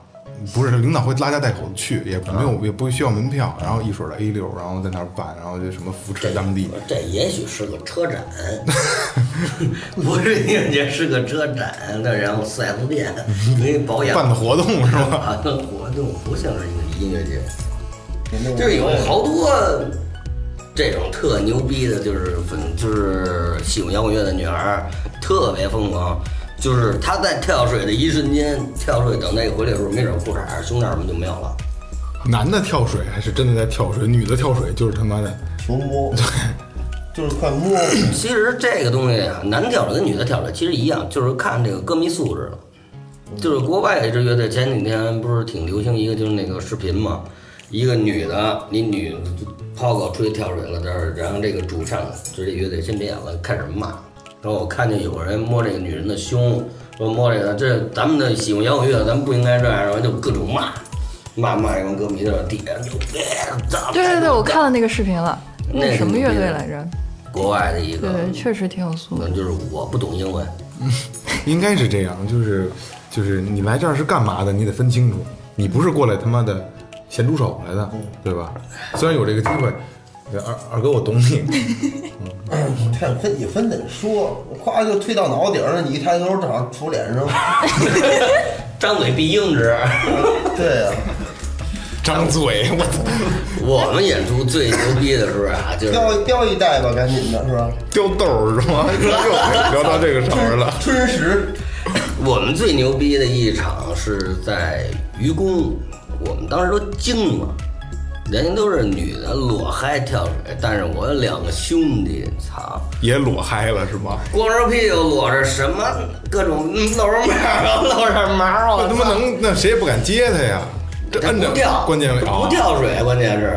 Speaker 4: 不是，领导会拉家带口的去，也没有，也不需要门票，然后一水儿的 A 六，然后在那儿办，然后就什么扶持当地，
Speaker 7: 这也许是个车展， 不是音乐节，是个车展，那然后 4S 店给你保
Speaker 4: 嗯
Speaker 7: 养
Speaker 4: 办的活动是吧？
Speaker 7: 啊，那活动不像是一个音乐节，
Speaker 3: 嗯
Speaker 7: 就是有好多这种特牛逼的，就是粉，就是喜欢摇滚乐的女孩儿，特别疯狂。就是她在跳水的一瞬间，跳水等那个回来的时候，没准裤衩儿、胸罩儿什么就没有了。
Speaker 4: 男的跳水还是真的在跳水，女的跳水就是他妈的，
Speaker 3: 求摸，就是快摸，
Speaker 7: 其实这个东西啊，男跳水跟女的跳水其实一样，就是看这个歌迷素质了。就是国外有一支乐队，前几天不是挺流行一个，就是那个视频嘛，一个女的，你女抛个出去跳水了，这儿，然后这个主唱就这乐队先别演了，开始骂。然后我看见有人摸这个女人的胸，说摸这个，这咱们的喜欢摇滚乐，咱们不应该这样，然后就各种骂，骂骂一帮歌迷的底下就，哎
Speaker 5: 对对对，我看了那个视频了，
Speaker 7: 那
Speaker 5: 那
Speaker 7: 个
Speaker 5: 什么乐
Speaker 7: 牛逼
Speaker 5: 队嗯
Speaker 7: 了
Speaker 5: 来着？
Speaker 7: 国外的一个
Speaker 5: 对，对，确实挺有素
Speaker 7: 可
Speaker 5: 的
Speaker 7: 能。就是我不懂英文，
Speaker 4: 应该是这样，就是就是你来这儿是干嘛的，你得分清楚，你不是过来他妈的咸猪手来的，
Speaker 7: 嗯
Speaker 4: 对吧？虽然有这个机会，对二二哥我懂你，
Speaker 3: 看分也分得说，夸就推到脑顶上，你一抬头正好杵脸 上，
Speaker 7: 张嘴必应之。
Speaker 3: 对啊呀、
Speaker 4: 张嘴，我操，
Speaker 7: 我们演出最牛逼的时候啊，就是
Speaker 3: 标标一代吧，赶紧的是吧？
Speaker 4: 掉豆儿是吗？ 又聊到这个上面了，
Speaker 3: 春实，
Speaker 7: 我们最牛逼的一场是在愚公，我们当时都惊了，人家都是女的裸嗨跳水，但是我有两个兄弟，操，
Speaker 4: 也裸嗨了是 吗？
Speaker 7: 光着屁股裸着什么各种嗯露着面儿，露着毛儿，啊我
Speaker 4: 那他妈
Speaker 7: 操
Speaker 4: 能，那谁也不敢接他呀。这
Speaker 7: 他
Speaker 4: 摁着
Speaker 7: 不跳，
Speaker 4: 关键位啊
Speaker 7: 不，跳水，关键是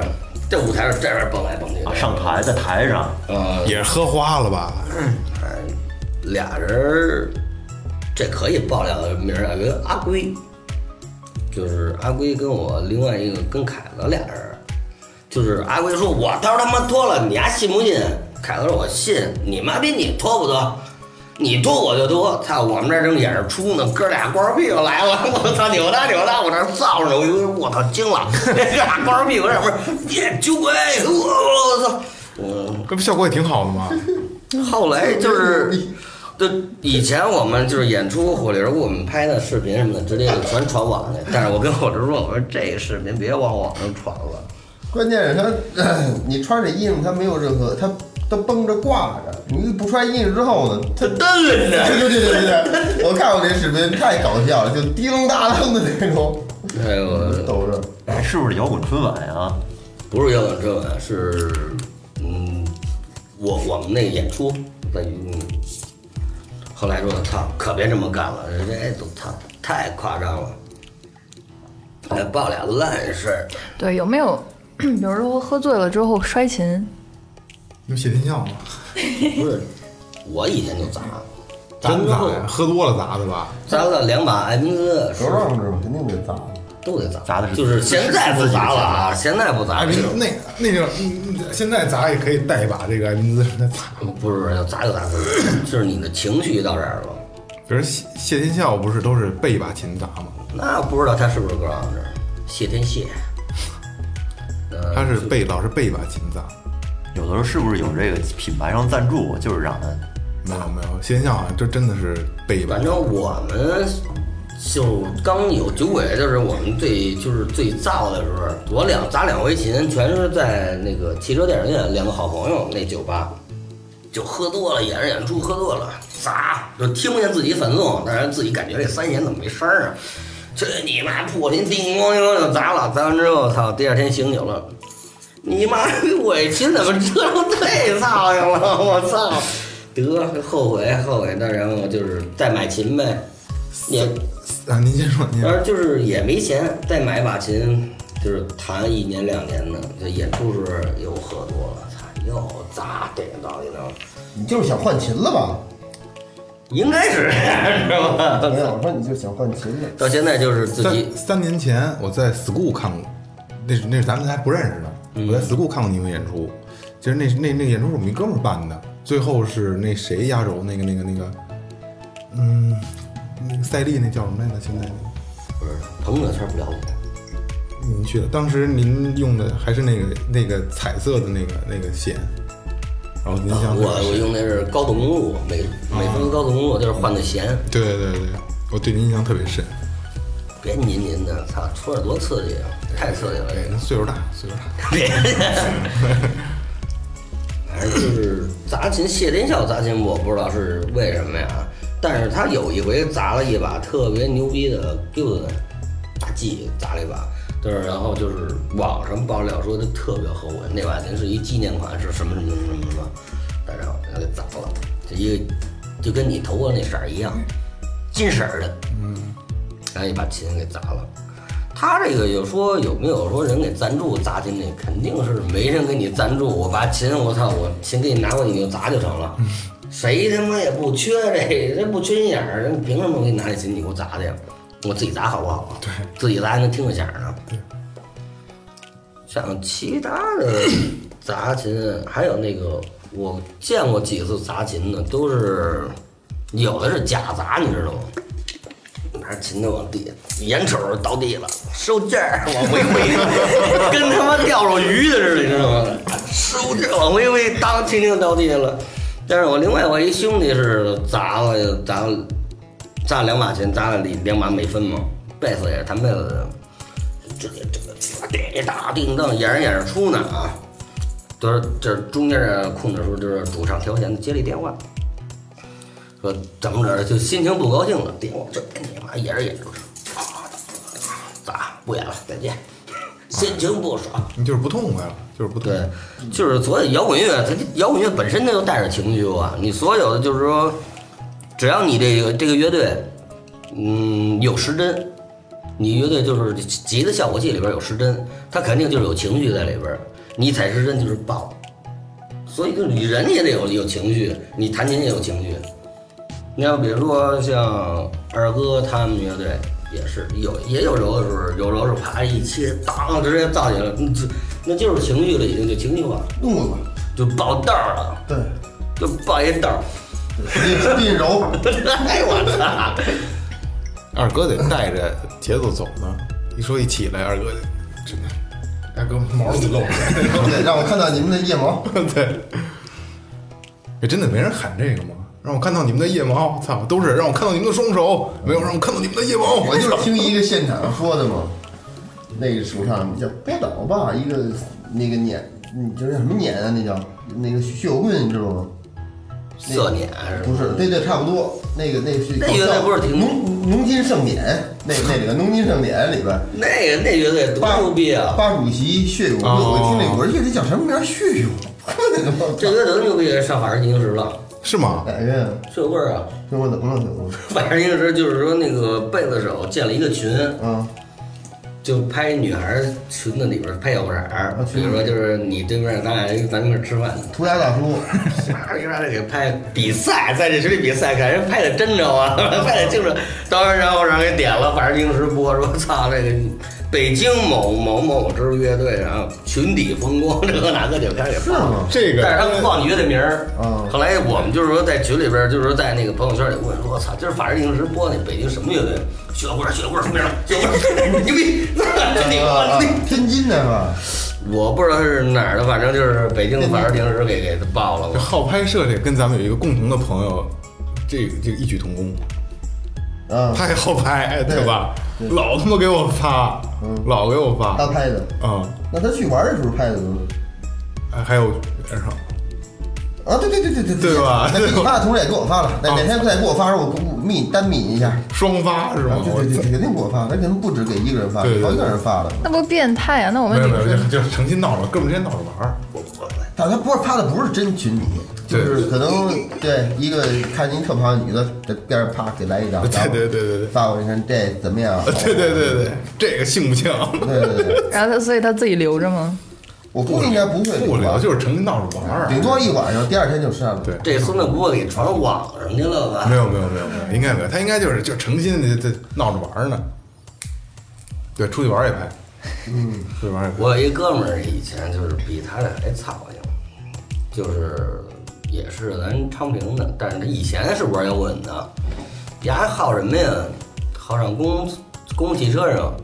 Speaker 7: 这舞台是这边蹦来蹦去的，
Speaker 2: 上台在台上，
Speaker 7: 呃
Speaker 4: 也是喝花了吧？
Speaker 7: 哎，俩人儿，这可以爆料名儿啊，有一个阿龟，就是阿龟跟我另外一个跟凯子俩人儿，就是阿龟说：“我到时候他妈脱了，你还信不信？”凯子说：“我信，你妈逼你脱不脱？你脱我就脱。操，我们这儿正演着出呢，哥俩光着屁股来了， 我操，扭他扭他，我这儿造着呢，我以为我操惊了， 这哥俩光着屁股在那边耶酒鬼，我操，嗯。”
Speaker 4: 这不效果也挺好的吗？
Speaker 7: 后来就是， 就以前我们就是演出火流，我们拍的视频什么的，直接就全传网 去。但是我跟火流说，我说这个视频别往网上传了。
Speaker 3: 关键是他， 哎你穿着衣服，他没有任何，他都绷着挂着，你不穿衣服之后呢，他
Speaker 7: 这蹬着呢，
Speaker 3: 对对对对对， 我看过这视频，太搞笑了，就叮当大啷的那种，呃
Speaker 7: 哎呦，
Speaker 3: 都是
Speaker 2: 哎，是不是摇滚春晚啊？
Speaker 7: 不是摇滚春晚，是嗯，我我们那个演出在嗯，后来说操，可别这么干了，人家哎都操太夸张了，还爆俩烂事儿。
Speaker 5: 对，有没有 比如说喝醉了之后摔琴？
Speaker 4: 你们谢天 笑吗？
Speaker 7: 不是，我以前就砸，
Speaker 4: 咱们咋呀？喝多了砸的吧？
Speaker 7: 砸了两把艾宾斯，是
Speaker 3: 多少是吧？肯定得砸了。
Speaker 7: 都得砸，
Speaker 2: 砸的是
Speaker 7: 就是现在不砸了啊，现在不砸
Speaker 4: 艾
Speaker 7: 了
Speaker 4: 宾，那那就嗯现在砸也可以带一把这个艾宾兹来砸。
Speaker 7: 不是要砸就砸，就是你的情绪到这儿了，
Speaker 4: 比如谢谢天笑不是都是背一把琴砸吗？
Speaker 7: 那不知道他是不是歌王这儿谢天谢，呃
Speaker 4: 他是背老是背一把琴砸。
Speaker 2: 有的时候是不是有这个品牌上赞助，就是让他
Speaker 4: 没有没有，谢天笑好像这真的是背一把
Speaker 7: 反。正我们就刚有酒鬼，就是我们最就是最燥的时候，我两砸两回琴，全是在那个汽车电影院，两个好朋友那酒吧，就喝多了，演着演出喝多了砸，就听不见自己反动，但是自己感觉这三弦怎么没声儿啊？这你妈破琴叮咣叮咣就砸了，砸完之后，操，第二天醒酒了。 你妈，我琴怎么折成这操样了？我操！得后悔后悔，那然后就是再买琴呗，也
Speaker 4: 啊，您先说，您
Speaker 7: 当然就是也没钱，再买把琴，就是弹一年两年的，这演出时候又喝多了，操，又砸这个到一弄，
Speaker 3: 你就是想换琴了吧？
Speaker 7: 应该是 知道吧？
Speaker 3: 没有，我说你就想换琴了。
Speaker 7: 到现在就是自己
Speaker 4: 三三年前我在 school 看过，那是那是咱们还不认识呢。我在 school 看过你们演出，就是那那那演出是我们一哥们儿办的，最后是那谁压轴那个那个那个，嗯，那个赛丽那叫什么来着？现在那
Speaker 7: 不是朋友圈不了解。
Speaker 4: 个您去了，当时您用的还是那个那个彩色的那个那个线，然后您
Speaker 7: 啊
Speaker 4: 想
Speaker 7: 我我用的是高速公路，每每分高速公路就是换的弦，
Speaker 4: 对对对对，我对您印象特别深。
Speaker 7: 别您您的，操，出来多刺激啊！太刺激了，
Speaker 4: 对，
Speaker 7: 这
Speaker 4: 那岁数大，岁数大，
Speaker 7: 个。反正就是砸琴，谢天笑砸琴，我不知道是为什么呀，但是他有一回砸了一把特别牛逼的 Gibson 大 G，砸了一把。就是，然后就是网上爆料说他特别后悔，那把琴是一纪念款，是什么什么什么什么，但是他给砸了，这一个就跟你头发那色儿一样，金色儿的，然后也把琴给砸了。他这个有说有没有说人给赞助砸琴那肯定是没人给你赞助。我把琴，我操，我琴给你拿过去你就砸就成了。谁他妈也不缺这，人不缺心眼儿，人凭什么给你拿这琴你给我砸去？我自己砸好不好啊？对，自己砸还能听个响儿呢。对，像其他的砸琴，还有那个我见过几次砸琴的，都是有的是假砸，你知道吗？拿琴就往地下，眼瞅着到地了，收劲儿往回挥，跟他妈钓着鱼的似的，你知道吗？收劲儿往回挥，当轻轻到地下了。但是我另外我一兄弟是砸了砸了砸了两把琴，砸了两两把美分嘛，贝斯也是弹贝斯的，这个这个叮当叮当，演着演着出呢啊，就是这中间这空着时候，就是主唱调弦接了一电话。说怎么着就心情不高兴了，电话这你妈演着演着，咋不演了？再见，心情不爽。
Speaker 4: 你就是不痛快了，就是不痛快
Speaker 7: 对。，就是所有摇滚乐，它摇滚乐本身它就带着情绪啊。你所有的就是说，只要你这个这个乐队，嗯，有失真，你乐队就是吉他效果器里边有失真，它肯定就是有情绪在里边。你踩失真就是爆，所以就是你人也得有有情绪，你弹琴也有情绪。你要比如说像二哥他们乐队也是有也有柔的时候，有柔是啪一切，当直接造起来了，嗯这那就是情绪了，已经就情绪化，
Speaker 3: 怒了，
Speaker 7: 就爆豆儿了，
Speaker 3: 对，
Speaker 7: 就爆一豆儿。
Speaker 3: 地地柔，
Speaker 7: 哎我操！
Speaker 4: 二哥得带着节奏走呢，一说一起来，二哥就真的，二哥毛都露出来。
Speaker 3: 对，让我看到你们的腋毛。
Speaker 4: 对，哎，真的没人喊这个吗？让我看到你们的腋毛，操，都是让我看到你们的双手，没有让我看到你们的腋毛。
Speaker 3: 我就是听一个现场说的嘛，那个主唱叫别倒吧，一个那个撵，你就是什么撵啊？那叫那个血油棍，你知道吗？
Speaker 7: 色年是吧
Speaker 3: 不是，对对，差不多。那个那个是
Speaker 7: 那乐队不是挺
Speaker 3: 农农金盛典，那那里个农金盛典里边，
Speaker 7: 那个那乐队多
Speaker 3: 八
Speaker 7: 牛逼啊！
Speaker 3: 八主席血友棍，
Speaker 4: 哦
Speaker 3: 我一听那我说乐队叫什么名儿？血 友棍，
Speaker 7: 这乐队多牛逼，啊上法制进行时了，
Speaker 4: 是吗？
Speaker 3: 哪个呀？
Speaker 7: 社会啊！
Speaker 3: 听我怎么了？怎么了？
Speaker 7: 法制进行时就是说那个贝斯手建了一个群，
Speaker 3: 啊，
Speaker 7: 就拍女孩裙子里边拍小裤衩儿，比
Speaker 3: 裙子
Speaker 7: 如说就是你对面，咱俩咱们一块儿吃饭，
Speaker 3: 涂鸦大叔，
Speaker 7: 啪一下就给拍比赛，在这群里比赛，感觉拍的真着啊， 拍的清楚。当时然后让人给点了，反正平时播说操这个北京某某某支乐队，然后群体风光，这个哪个就开始
Speaker 3: 是
Speaker 7: 放了。
Speaker 3: 吗？
Speaker 4: 这个
Speaker 7: 但是他们报你乐队名儿。
Speaker 3: 嗯
Speaker 7: 后来我们就是说在群里边儿，就是说在那个朋友圈里问说，我操，今儿法制进行时播那北京什么乐队？雪花，雪花出名了，雪花，牛逼！你
Speaker 3: 啊
Speaker 7: 妈哎的！
Speaker 3: 天津的吧？
Speaker 7: 我不知道是哪儿的，反正就是北京法制进行时给给他报了
Speaker 4: 这。好拍摄这个跟咱们有一个共同的朋友，这个这个异曲同工，
Speaker 3: 啊，
Speaker 4: 他也好拍，哎对吧？老他妈给我发，
Speaker 3: 嗯
Speaker 4: 老给我发，
Speaker 3: 他拍的。
Speaker 4: 啊、
Speaker 3: 那他去玩儿的时候拍的吗？
Speaker 4: 嗯，还有边上。
Speaker 3: 啊，对对对对对
Speaker 4: 对吧哦
Speaker 3: 那你发的同时也给我发了，那哪天再给我发的时候，我给我密单密一下。
Speaker 4: 双发是
Speaker 3: 啊
Speaker 4: 吗？
Speaker 3: 对对对，肯定给我发，那肯定不止给一个人发，好
Speaker 4: 哦对对对
Speaker 3: 几个人发了。
Speaker 5: 那不变态啊！那我
Speaker 4: 我没
Speaker 5: 问
Speaker 4: 有
Speaker 5: 你
Speaker 4: 没有，
Speaker 5: 们，
Speaker 4: 就就是成心闹着，哥们儿之间闹着玩儿。
Speaker 3: 但他不是发的不是真群体，就
Speaker 4: 对
Speaker 3: 是可能对一个看您特胖女的，这边上啪给来一张，
Speaker 4: 对对对对对
Speaker 3: 发过去看这怎么样？
Speaker 4: 对对对对，这个性不性？
Speaker 3: 对对对，
Speaker 5: 然后他所以他自己留着吗？
Speaker 3: 我估计应该不会
Speaker 4: 不聊，
Speaker 3: 是
Speaker 4: 就是成天闹着玩儿。
Speaker 3: 顶多一晚上，第二天就删了。
Speaker 4: 对
Speaker 7: 这孙子不会给传网上去了吧？
Speaker 4: 没有没有没有没有，应该没有，他应该就是就诚心的在闹着玩儿呢。对，出去玩儿也拍，嗯，出去玩儿也拍。
Speaker 7: 我有一哥们儿以前就是比他俩还操性，就是也是咱昌平的，但是他以前是玩摇滚的，丫还好什么呀？好上公公共汽车上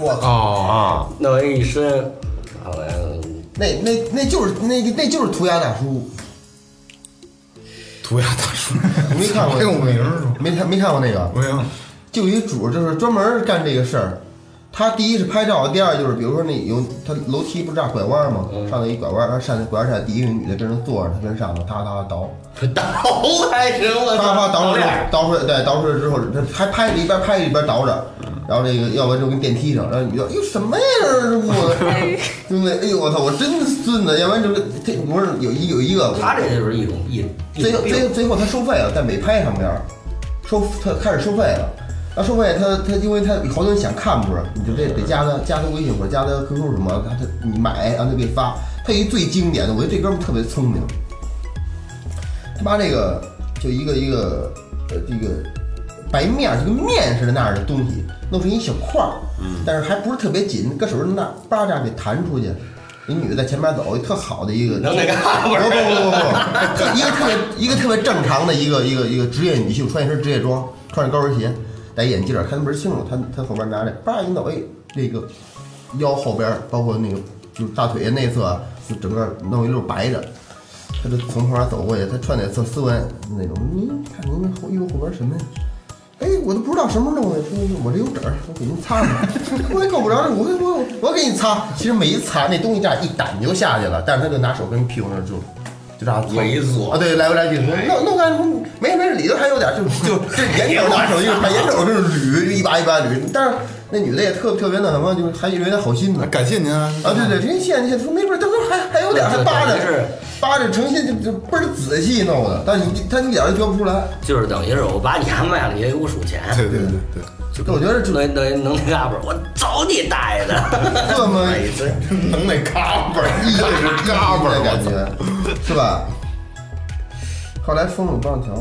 Speaker 3: 我靠，
Speaker 4: 哦，
Speaker 7: 弄一身，后来
Speaker 3: 那那那就是那个那就是涂鸦大叔，
Speaker 4: 涂鸦大叔，
Speaker 3: 没看过
Speaker 4: 还有名儿吗？
Speaker 3: 没看没看过那个，
Speaker 4: 没有，
Speaker 3: 就有一主就是专门干这个事儿。他第一是拍照，第二就是比如说那有他楼梯不是这样拐弯吗？上那一拐弯，他上那拐弯上第一个女的跟人坐着，他跟上头哒哒倒，
Speaker 7: 倒还行，我
Speaker 3: 啪啪倒出来
Speaker 7: 俩，
Speaker 3: 倒出来，对，倒出来之后，他还拍着一边拍着一边倒着，然后这个要不然就跟电梯上，然后女的哟什么呀，这我，兄弟，哎呦我操，我真孙子，要不然就是这不是有一有一个，
Speaker 7: 他这就是一种一一
Speaker 3: 最后
Speaker 7: 种
Speaker 3: 最后
Speaker 7: 病，
Speaker 3: 最后他收费了，在美拍上边儿收他开始收费了。他收费，他他因为他好多人想看不是，你就得得加他加他微信或者加他 QQ 什么，他他你买让他给发。他有一最经典的，我觉得这哥们儿特别聪明。他妈那个就一个一个呃这个白面儿，就跟面似的那样的东西，弄成一小块儿，但是还不是特别紧，搁手上那叭这样给弹出去。一女的在前面走，一特好的一个，
Speaker 7: 能那个
Speaker 3: 不不不不不，特一 个特别一个特别正常的一个一个一个职业女性，穿一身职业装，穿着高跟鞋，戴眼镜儿，看不是清楚。她她后边拿着，叭一脑哎，那个腰后边儿包括那个就是大腿内侧啊，就整个弄一溜白的。她就从旁边走过去，她穿的特斯文那种。您看您后衣服后边什么呀？哎，我都不知道什么弄的，说我这有褶儿，我给您擦擦。我也够不着这，我给我我给你擦。其实没擦，那东西这样一掸就下去了，但是他就拿手跟屁股那儿就就这样搓
Speaker 7: 猥琐
Speaker 3: 啊，对，来回来去，弄弄干什么？没没事，里头还有点儿，就就这眼角拿手就是把眼角就是捋，就一把一把捋。但是那女的也特特别那什么，就是还以为她好心呢。
Speaker 4: 感谢您啊！
Speaker 3: 啊，对对，人现现说没准儿，他说还还有点儿还
Speaker 7: 对对
Speaker 3: 扒着
Speaker 7: 对是，
Speaker 3: 扒着，诚心就就倍儿仔细弄的，但是你他一点儿都觉不出来。
Speaker 7: 就是等于是我把你家卖了，你也给我数钱，
Speaker 4: 对对对对，
Speaker 3: 但我觉得就
Speaker 7: 能能能那嘎巴，我走你大爷的！
Speaker 3: 这么
Speaker 7: 哎这
Speaker 4: 能那嘎嘣儿，
Speaker 3: 一直
Speaker 4: 这是嘎嘣
Speaker 3: 的
Speaker 4: 儿，
Speaker 3: 感
Speaker 4: 我操！
Speaker 3: 觉，是吧？后来封了棒条，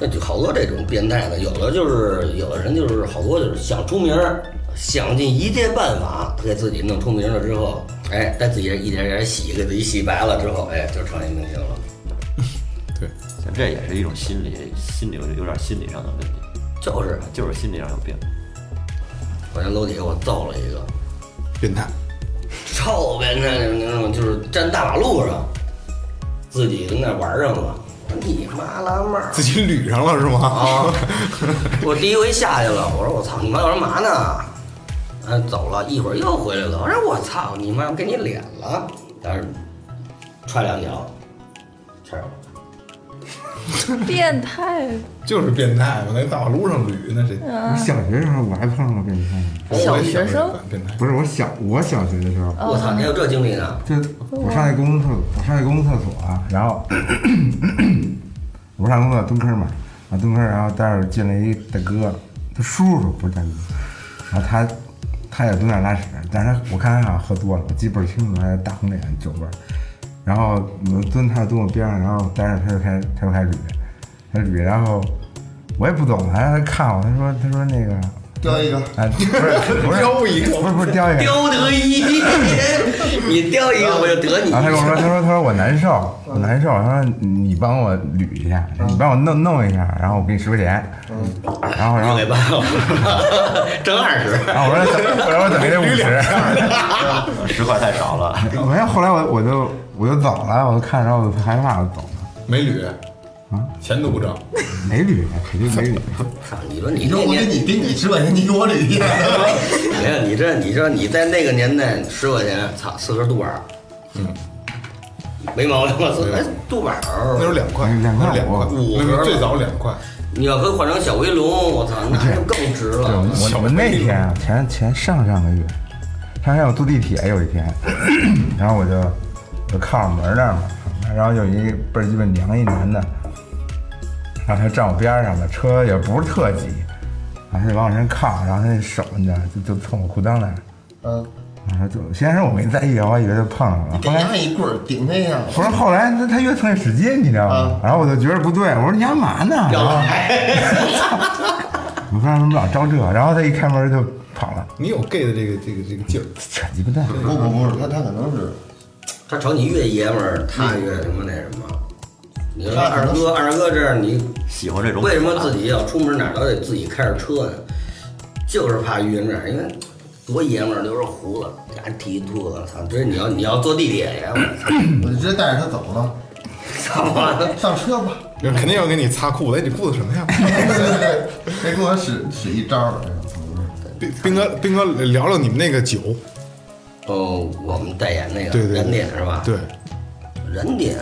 Speaker 7: 那就好多这种变态的，有的就是有的人就是好多就是想出名儿，想尽一切办法给自己弄出名了之后，哎，再自己一点点洗，给自己洗白了之后，哎，就成为明星了。
Speaker 4: 对，
Speaker 8: 像这也是一种心理，心理有点心理上的问题，
Speaker 7: 就是，
Speaker 8: 就是心理上有病。
Speaker 7: 我在楼底下我揍了一个
Speaker 4: 变态，
Speaker 7: 臭变态的，你知道吗？就是站大马路上，自己跟那玩上了，我说你妈拉帽儿！
Speaker 4: 自己捋上了是吗？
Speaker 7: 啊！ 我第一回下去了，我说我操你妈要干嘛呢？嗯，走了一会儿又回来了，我说我操你妈给你脸了，但是踹两脚，事儿了。
Speaker 5: 变态，
Speaker 4: 就是变态，我在大马路上捋呢，谁？
Speaker 6: 我小学时候我还碰上过变态呢，
Speaker 5: 嗯小学生
Speaker 4: 我也想变态，
Speaker 6: 不是我小我小学的时候，
Speaker 7: 我操，你还有这经历呢？
Speaker 6: 就我上那公共厕所，我上那公共厕所啊，然后我上公厕所蹲坑嘛，啊蹲坑，然后待会儿进来一大哥，他叔叔不是大哥，然后他他也蹲那儿拉屎，但是他我看他好像喝多了，我记不是清楚，还大红脸酒味儿，然后我蹲他蹲我边上，然后但是他就开始他就开始捋，他捋，然后我也不懂，然后他看我，他说他说那个。
Speaker 3: 叼一个，
Speaker 6: 啊，不是 不是
Speaker 4: 叼一个
Speaker 6: 不是不是叼一个，
Speaker 7: 丢得一，你丢一个我就得你
Speaker 4: 啊
Speaker 6: 然后他跟我说，他说他说我难受，我难受，他说你帮我捋一下，你帮我弄弄一下，然后我给你十块钱，然后然
Speaker 7: 又
Speaker 6: 后
Speaker 7: 给办了， 挣二十。
Speaker 6: 然后我说怎我说怎么也得五十，
Speaker 8: 十块太少了，
Speaker 6: 没有，后来我我就我就走了，我就看，然后我就害怕，我就走了，
Speaker 4: 没捋，
Speaker 3: 嗯
Speaker 4: 钱都不挣，
Speaker 6: 没捋，肯定没捋，
Speaker 7: 操，你说你
Speaker 3: 你
Speaker 7: 这
Speaker 3: 说我给
Speaker 7: 年，
Speaker 3: 你给你十块钱，你给我捋一下。
Speaker 7: 没
Speaker 4: 啊
Speaker 7: 有你这，你说你在那个年代十块钱，操，四根杜板儿，嗯，没毛病吧？四哎，杜板 儿
Speaker 4: 那时候两块，
Speaker 6: 两
Speaker 4: 那
Speaker 6: 块
Speaker 4: 时候两块，
Speaker 7: 五
Speaker 4: 那时候最早两块，
Speaker 7: 你要跟换成小威龙，我操，那就更值
Speaker 6: 对，
Speaker 7: 了。
Speaker 6: 我我那啊天啊，前前上上个月，上上我坐地铁有一天，然后我就就靠着门那儿嘛，然后有一倍儿鸡巴娘一男的，然后他站我边上了，车也不是特挤，然后他就往我身靠，然后他那手你知道就就冲我裤裆来了，
Speaker 3: 嗯，
Speaker 6: 我说就先是我没在意，我还以为就碰上了，后
Speaker 3: 给
Speaker 6: 来
Speaker 3: 丫一棍儿顶他一下，
Speaker 6: 不是后来他他越蹭越使劲，你知道吗
Speaker 3: 啊？
Speaker 6: 然后我就觉得不对，我说你干嘛呢？然后我说为什么老招这？然后他一开门就跑了，
Speaker 4: 你有 gay 的这个这个这个劲儿，
Speaker 6: 扯鸡巴蛋！
Speaker 3: 不不不是，他他可能是
Speaker 7: 他瞅你越爷们儿，他越什么那什么。你说
Speaker 3: 他可
Speaker 7: 二
Speaker 3: 能
Speaker 7: 哥，二哥这样，你
Speaker 8: 喜欢这种
Speaker 7: 为什么自己要出门哪儿都得自己开着车呢？就是怕遇见这样，因为多爷们儿留着胡子，还剃一秃子，操！这你要你要坐地铁呀，
Speaker 3: 我就直接带着他走了，
Speaker 7: 操！
Speaker 3: 上车吧，
Speaker 4: 就是肯定要给你擦裤子。哎，你裤子什么呀？
Speaker 3: 谁跟我使使一招儿？
Speaker 4: 斌斌哥，斌哥聊聊你们那个酒，
Speaker 7: 哦，我们代言那个
Speaker 4: 对对
Speaker 7: 燃点是吧？
Speaker 4: 对，
Speaker 7: 燃点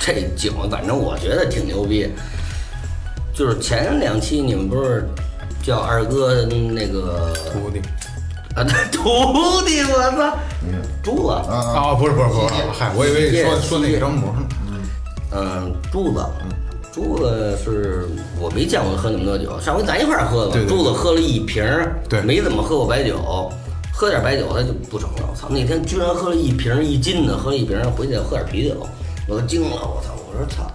Speaker 7: 这酒，反正我觉得挺牛逼。就是前两期你们不是叫二哥那个
Speaker 4: 徒弟
Speaker 7: 啊，对徒弟，我操，柱子，
Speaker 4: 嗯啊，不是不是不是，嗨，我以为说说那个张博呢。
Speaker 7: 嗯，柱子，柱子是我没见过喝那么多酒，上回咱一块儿喝吧
Speaker 4: 对，对
Speaker 7: 柱子喝了一瓶儿，
Speaker 4: 对
Speaker 7: 没怎么喝过白酒，喝点白酒他就不成了。我操，那天居然喝了一瓶儿一斤的，喝了一瓶儿回去喝点啤酒，我都惊了，我操，我说操，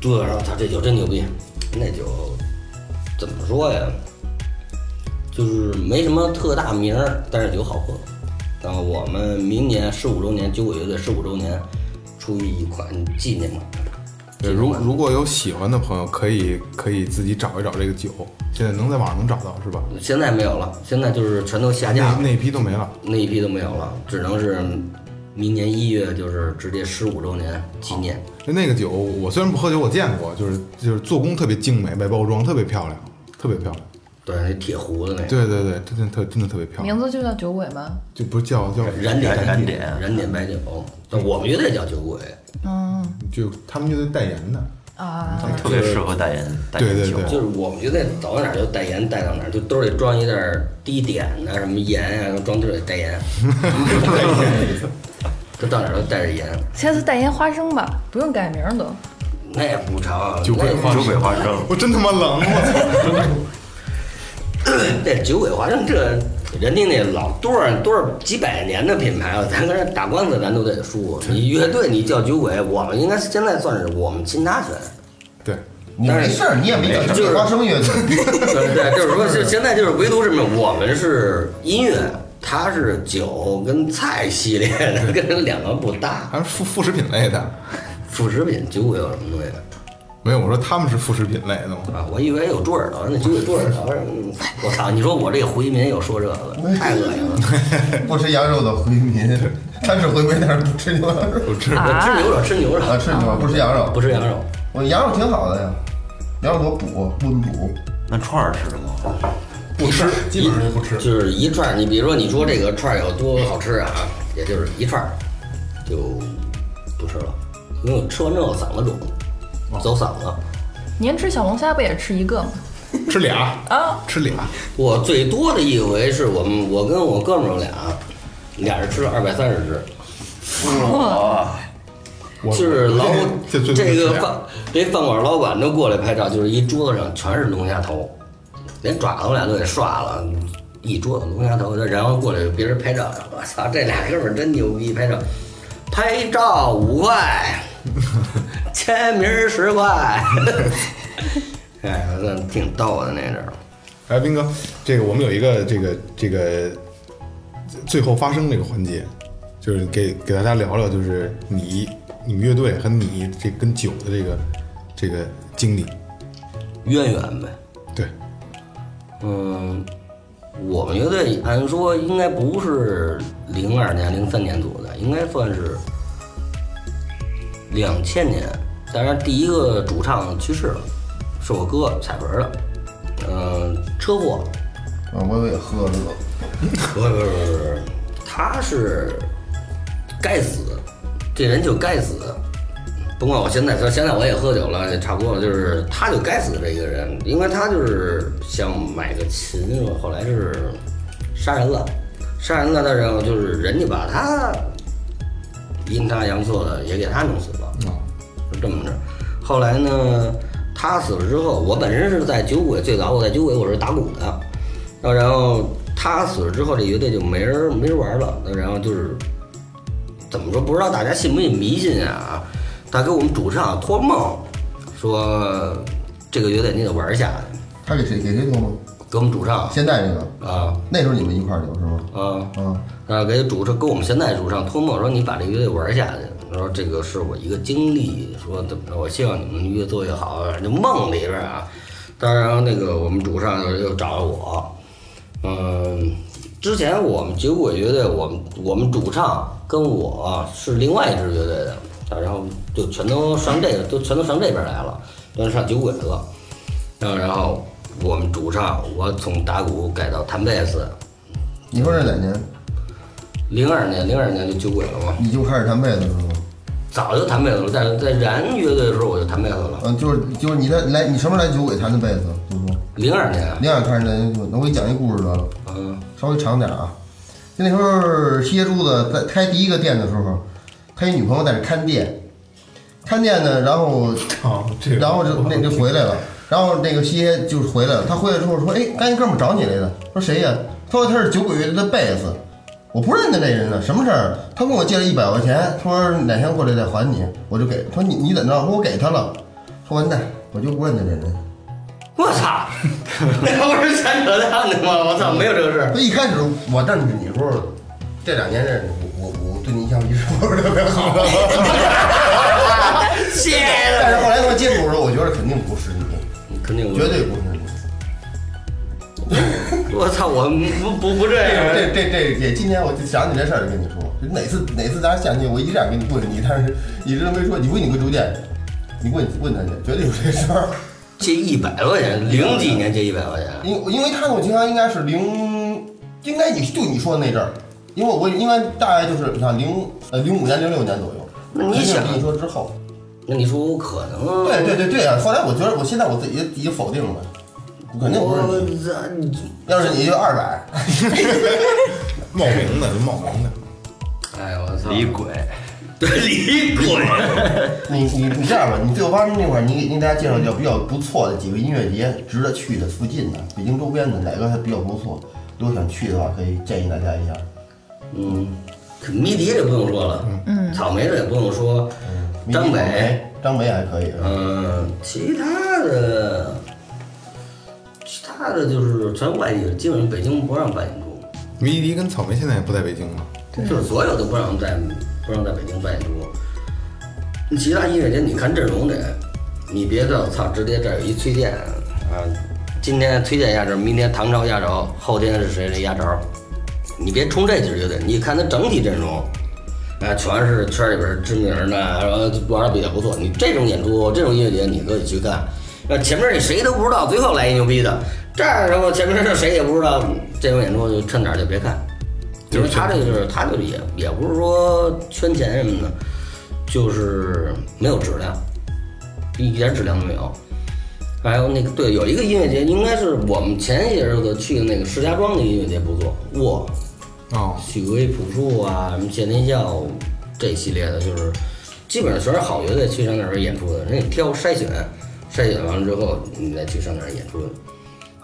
Speaker 7: 柱子说我操这酒真牛逼，那酒怎么说呀？就是没什么特大名儿，但是酒好喝。然后我们明年十五周年，酒鬼乐队十五周年，出一款纪念款。
Speaker 4: 对，如如果有喜欢的朋友，可以可以自己找一找这个酒，现在能在网上能找到是吧？
Speaker 7: 现在没有了，现在就是全都下架
Speaker 4: 那
Speaker 7: 了，
Speaker 4: 那一批都没了。
Speaker 7: 那一批都没有了，只能是明年一月就是直接十五周年纪念。
Speaker 4: 就那个酒，我虽然不喝酒，我见过，就是就是做工特别精美，外包装特别漂亮，特别漂亮。
Speaker 7: 对，那铁壶的那个
Speaker 4: 对对对，真的特真的特别漂亮
Speaker 5: 名，字就叫酒鬼吗？
Speaker 4: 就不是叫叫
Speaker 7: 燃点
Speaker 8: 燃点
Speaker 7: 燃点白酒，但我们乐队叫酒鬼，
Speaker 4: 就他们就得代言的，
Speaker 5: 啊，
Speaker 8: 特别适合代言代
Speaker 4: 对
Speaker 8: 言
Speaker 4: 对
Speaker 8: 酒，
Speaker 2: 啊
Speaker 4: 对
Speaker 7: 就是我们乐队走到哪儿就代言，带到哪儿就兜里装一袋儿低碘啊，什么盐啊，装兜里代言， 代言，就到哪儿都带着盐，
Speaker 5: 下次代言花生吧，不用改名儿都。
Speaker 7: 那也不成，
Speaker 4: 酒鬼
Speaker 7: 那
Speaker 4: 花
Speaker 8: 酒鬼花生，
Speaker 4: 我真他妈冷，我
Speaker 7: 这酒鬼花生这人家那老多少多少几百年的品牌了，啊咱跟人打官司咱都得输。你乐队你叫酒鬼，我们应该是现在算是我们侵他权，
Speaker 4: 操！对，
Speaker 3: 你没事儿，你也没叫
Speaker 7: 就是
Speaker 3: 花生乐队，
Speaker 7: 对不对？就是说是现在就是唯独是什么，我们是音乐，他是酒跟菜系列的，跟人两个不搭。
Speaker 4: 还是副副食品类的，
Speaker 7: 副食品酒鬼有什么东西的
Speaker 4: 没有，我说他们是副食品类的嘛。
Speaker 7: 啊？我以为有猪耳朵，那酒鬼猪耳朵，嗯我操！你说我这回民又说这个，太恶心了。
Speaker 3: 不吃羊肉的回民，他是回民，但是不吃牛羊肉，
Speaker 4: 我知
Speaker 7: 我吃牛肉，吃牛肉，
Speaker 3: 啊，吃牛肉不吃羊肉
Speaker 7: 不，吃羊肉。
Speaker 3: 我羊肉挺好的呀，羊肉多补，啊温补，
Speaker 8: 那串儿吃的吗？
Speaker 4: 不吃，基本上是不吃。
Speaker 7: 就是一串儿，你比如说你说这个串儿有多好吃啊，也就是一串儿就不吃了，因为我吃完之后嗓子
Speaker 4: 哦
Speaker 7: 肿，走嗓子。
Speaker 5: 您吃小龙虾不也吃一个吗？
Speaker 4: 吃俩
Speaker 5: 啊，
Speaker 4: 吃俩，
Speaker 7: 我最多的一回是我们我跟我哥们儿俩，俩人吃了二百三十只，
Speaker 4: 我
Speaker 7: 就是老
Speaker 4: 这这
Speaker 7: 这个
Speaker 4: 饭
Speaker 7: 饭这饭馆老板都过来拍照，就是一桌子上全是龙虾头，连爪子我俩都给刷了，一桌子龙虾头，然后过来别人拍照，我操，这俩哥们儿真牛逼，拍照，拍照五块，签名儿十块， 哎，那挺逗的那阵儿。
Speaker 4: 哎，斌哥，这个我们有一个这个这个最后发声这个环节，就是给给大家聊聊，就是你你们乐队和你这跟酒的这个这个经历。
Speaker 7: 渊源呗。
Speaker 4: 对，
Speaker 7: 嗯，我们乐队按说应该不是零二年、零三年组的，应该算是两千年。当然，第一个主唱去世了，是我哥彩文的，嗯、车祸。
Speaker 3: 啊，我也喝了个，
Speaker 7: 不是不是不是不是，他是该死，这人就该死。甭管我现在，说现在我也喝酒了，也差不多了，就是他就该死这一个人，因为他就是想买个琴，后来是杀人了，杀人了，但是就是人家把他阴差阳错的也给他弄死了，
Speaker 4: 啊，
Speaker 7: 就这么着。后来呢，他死了之后，我本身是在酒鬼，最早我在酒鬼我是打鼓的，那然后他死了之后，这乐队就没人没人玩了，那然后就是怎么说，不知道大家信不信迷信啊？他给我们主唱托梦说，这个乐队你得玩下去，
Speaker 3: 他给谁给谁多吗？
Speaker 7: 给我们主唱
Speaker 3: 现在这个
Speaker 7: 啊
Speaker 3: 那时候你们一块儿有是吗？
Speaker 7: 啊
Speaker 3: 啊，
Speaker 7: 啊，给主唱跟我们现在主唱托梦说，你把这乐队玩下去。他说这个是我一个经历，说怎么着，我希望你们越做越好，就梦里边啊。当然，那个我们主唱又又找了我，嗯，之前我们酒鬼乐队，我们我们主唱跟我是另外一支乐队的，啊然后就全都上这个，都全都上这边来了，都上酒鬼了。然后然后我们主唱，我从打鼓改到弹贝斯，
Speaker 3: 你说这哪年？
Speaker 7: 零二年，零二年就酒鬼了嘛，
Speaker 3: 你就开始弹贝斯是吗？
Speaker 7: 早就弹贝斯了，在在燃乐队的时候我就弹贝斯了。
Speaker 3: 嗯，就是就是你来来，你什么时候来酒鬼弹的贝斯？就是说，
Speaker 7: 零二年，啊
Speaker 3: 你想看人那我给你讲一故事得了，
Speaker 7: 嗯
Speaker 3: 稍微长点啊。就那时候西街珠子在开第一个店的时候，他一女朋友在这看店，看店呢，然后
Speaker 4: 哦，这个
Speaker 3: 然后就那就回来了，然后那个西街就是回来了。他回来之后说：“哎，刚一哥们儿找你来的，说谁呀？”他说他是酒鬼乐队的贝斯，我不认得这人呢，啊什么事儿？他跟我借了一百块钱，他说哪天过来再还你，我就给。他说你你怎么着？我说我给他了。说完蛋，我就不认得这人。
Speaker 7: 我操，那不是全扯淡的吗？我操，没有这个事儿。
Speaker 3: 他一开始我认识你的时候，这两年认识我我我对你印象一直不是特别好。
Speaker 7: 谢
Speaker 3: 但是
Speaker 7: 谢。
Speaker 3: 后来他接触的时候，我觉得肯定不是你，
Speaker 7: 肯定
Speaker 3: 绝对不是你。
Speaker 7: 我操，我不不不这样。
Speaker 3: 这这这也今天我就想起这事儿跟你说，就哪次哪次咱相见，我一样跟你问你，但是一直都没说。你问你个酒店，你问问他去，绝对有这事儿。
Speaker 7: 借一百块钱，零几年借一百块钱，
Speaker 3: 因因为他那种情况应该是零，应该你就你说的那阵儿，因为我应该大概就是你看零呃零五年零六年左右。
Speaker 7: 那你想
Speaker 3: 跟你说之后，
Speaker 7: 那你说我可能？
Speaker 3: 对对对对啊！后来我觉得我现在我自己也已经否定了，肯定不是你。
Speaker 7: 我操，你
Speaker 3: 要是你就二百，
Speaker 4: 冒名的，冒名的，
Speaker 7: 哎呦我操，
Speaker 8: 李鬼，
Speaker 7: 对李鬼，
Speaker 3: 你你你这样吧，你自由发明那块儿，你给给大家介绍介绍比较不错的几个音乐节，值得去的附近的，北京周边的哪个还比较不错？如果想去的话，可以建议大家一下。
Speaker 7: 嗯，迷笛这不用说了，嗯，草莓这也不用说，
Speaker 3: 嗯
Speaker 7: 张北，，
Speaker 3: 张北还可以。啊
Speaker 7: 嗯，其他的，其他的就是全外地，基本上北京不让办演出，
Speaker 4: 迷笛跟草莓现在也不在北京了。
Speaker 7: 就是所有的不让在不让在北京办演出。其他音乐节，你看阵容得，你别的操，直接这儿有一崔健啊，今天崔健压轴，明天唐朝压轴，后天是谁谁压轴，你别冲这几支乐队，你看他整体阵容。啊，全是圈里边知名的，然后玩的比较不错。你这种演出，这种音乐节，你都得去看。那前面你谁都不知道，最后来一牛逼的，这儿然后前面是谁也不知道，这种演出就趁早就别看，因为他这个就是他就是也也不是说圈钱什么的，就是没有质量，一点质量都没有。还有那个对，有一个音乐节，应该是我们前些日子去的那个石家庄的音乐节不错，哇，
Speaker 4: 哦，
Speaker 7: 许巍、朴树啊，什么谢天笑这系列的，就是基本上全是好乐队去上那儿演出的，人家挑筛选，筛选完了之后，你再去上那儿演出，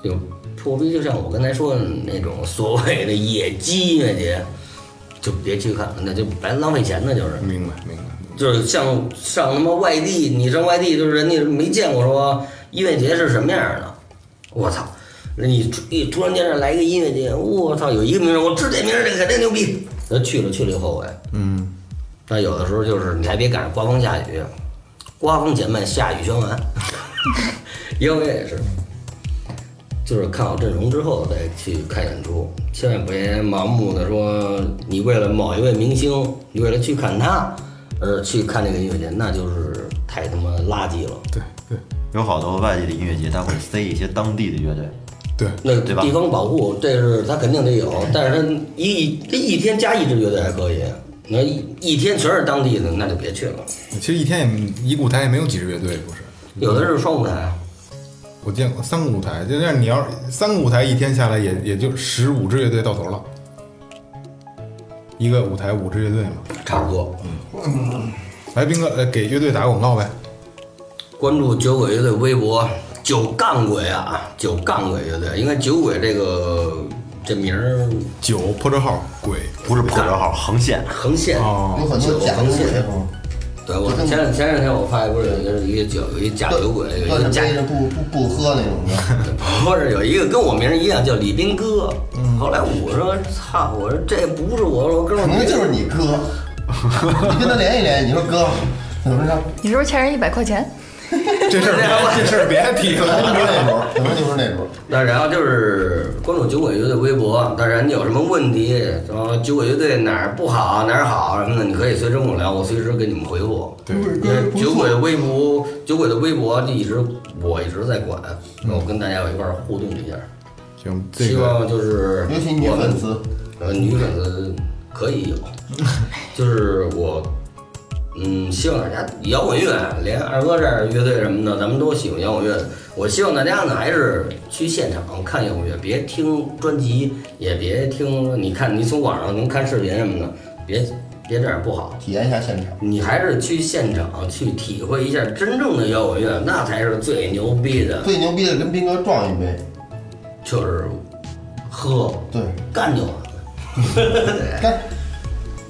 Speaker 7: 就破逼就像我刚才说的那种所谓的野鸡音乐节，就别去看，那就白浪费钱呢，就是。
Speaker 4: 明白明白。明白
Speaker 7: 就是像上他妈外地，你上外地就是人家没见过说音乐节是什么样的，我操！你突一突然间这来一个音乐节，我操，有一个名人，我知这名人这肯定牛逼。那去了去了以后悔。
Speaker 4: 嗯，
Speaker 7: 那有的时候就是你还别赶上刮风下雨，刮风减慢，下雨宣完。 因为也是，就是看好阵容之后再去看演出，千万别盲目的说你为了某一位明星，你为了去看他而去看这个音乐节，那就是太他妈垃圾了。
Speaker 4: 对对
Speaker 8: 有好多外地的音乐节，他会塞一些当地的乐队，
Speaker 4: 对，
Speaker 7: 那
Speaker 8: 对吧
Speaker 7: 地方保护，这是他肯定得有，但是他一这一天加一支乐队还可以，那一一天全是当地的，那就别去了。
Speaker 4: 其实一天也一个舞台也没有几支乐队，不是？
Speaker 7: 有的是双舞台，
Speaker 4: 我见过三个舞台，就像你要是三个舞台一天下来也也就十五支乐队到头了，一个舞台五支乐队嘛。
Speaker 7: 差不多。
Speaker 4: 来，斌哥，呃，给乐队打个广告呗。
Speaker 7: 关注酒鬼乐队微博，酒杠鬼啊，酒杠鬼乐队，应该酒鬼这个这名儿
Speaker 4: 九破折号鬼，
Speaker 8: 不是破折号，横线。
Speaker 7: 横线
Speaker 3: 有很
Speaker 7: 酒
Speaker 3: 多假
Speaker 7: 哦横
Speaker 3: 酒
Speaker 7: 线。
Speaker 3: 鬼，
Speaker 7: 对我前两前两天我发一不是有一个酒有一假酒鬼，有一个
Speaker 3: 断
Speaker 7: 假
Speaker 3: 片不不不喝那种的。
Speaker 7: 不是有一个跟我名儿一样叫李斌哥，后来我说操，我说这不是我，我哥们
Speaker 3: 嗯可
Speaker 7: 儿
Speaker 3: 能就是你哥，你跟他联系联系，你说哥，怎么着？
Speaker 5: 你是不是欠人一百块钱？
Speaker 4: 这事儿别这事儿别提
Speaker 3: 可能
Speaker 4: 了。
Speaker 3: 就是那种，可能就是那种。
Speaker 7: 那然后就是关注酒鬼乐队微博，当然你有什么问题，然后酒鬼乐队哪儿不好哪儿好什么的，你可以随时跟我聊，我随时给你们回复。
Speaker 4: 对
Speaker 7: 因为酒鬼微博，酒鬼的微博就一直我一直在管，
Speaker 3: 嗯
Speaker 7: 我跟大家有一块儿互动一下，
Speaker 4: 行，这
Speaker 7: 希
Speaker 4: 个
Speaker 7: 望就是
Speaker 3: 尤其女
Speaker 7: 我们
Speaker 3: 粉丝，
Speaker 7: 呃，女粉丝可以 有，就是我，嗯，希望大家摇滚乐，连二哥这儿乐队什么的，咱们都喜欢摇滚乐。我希望大家呢，还是去现场看摇滚乐，别听专辑，也别听，你看你从网上能看视频什么的，别别这样不好。
Speaker 3: 体验一下现场。
Speaker 7: 你还是去现场去体会一下真正的摇滚乐，那才是最牛逼的。
Speaker 3: 最牛逼的跟斌哥撞一杯，
Speaker 7: 就是喝，
Speaker 3: 对，
Speaker 7: 干就完了。
Speaker 3: 干。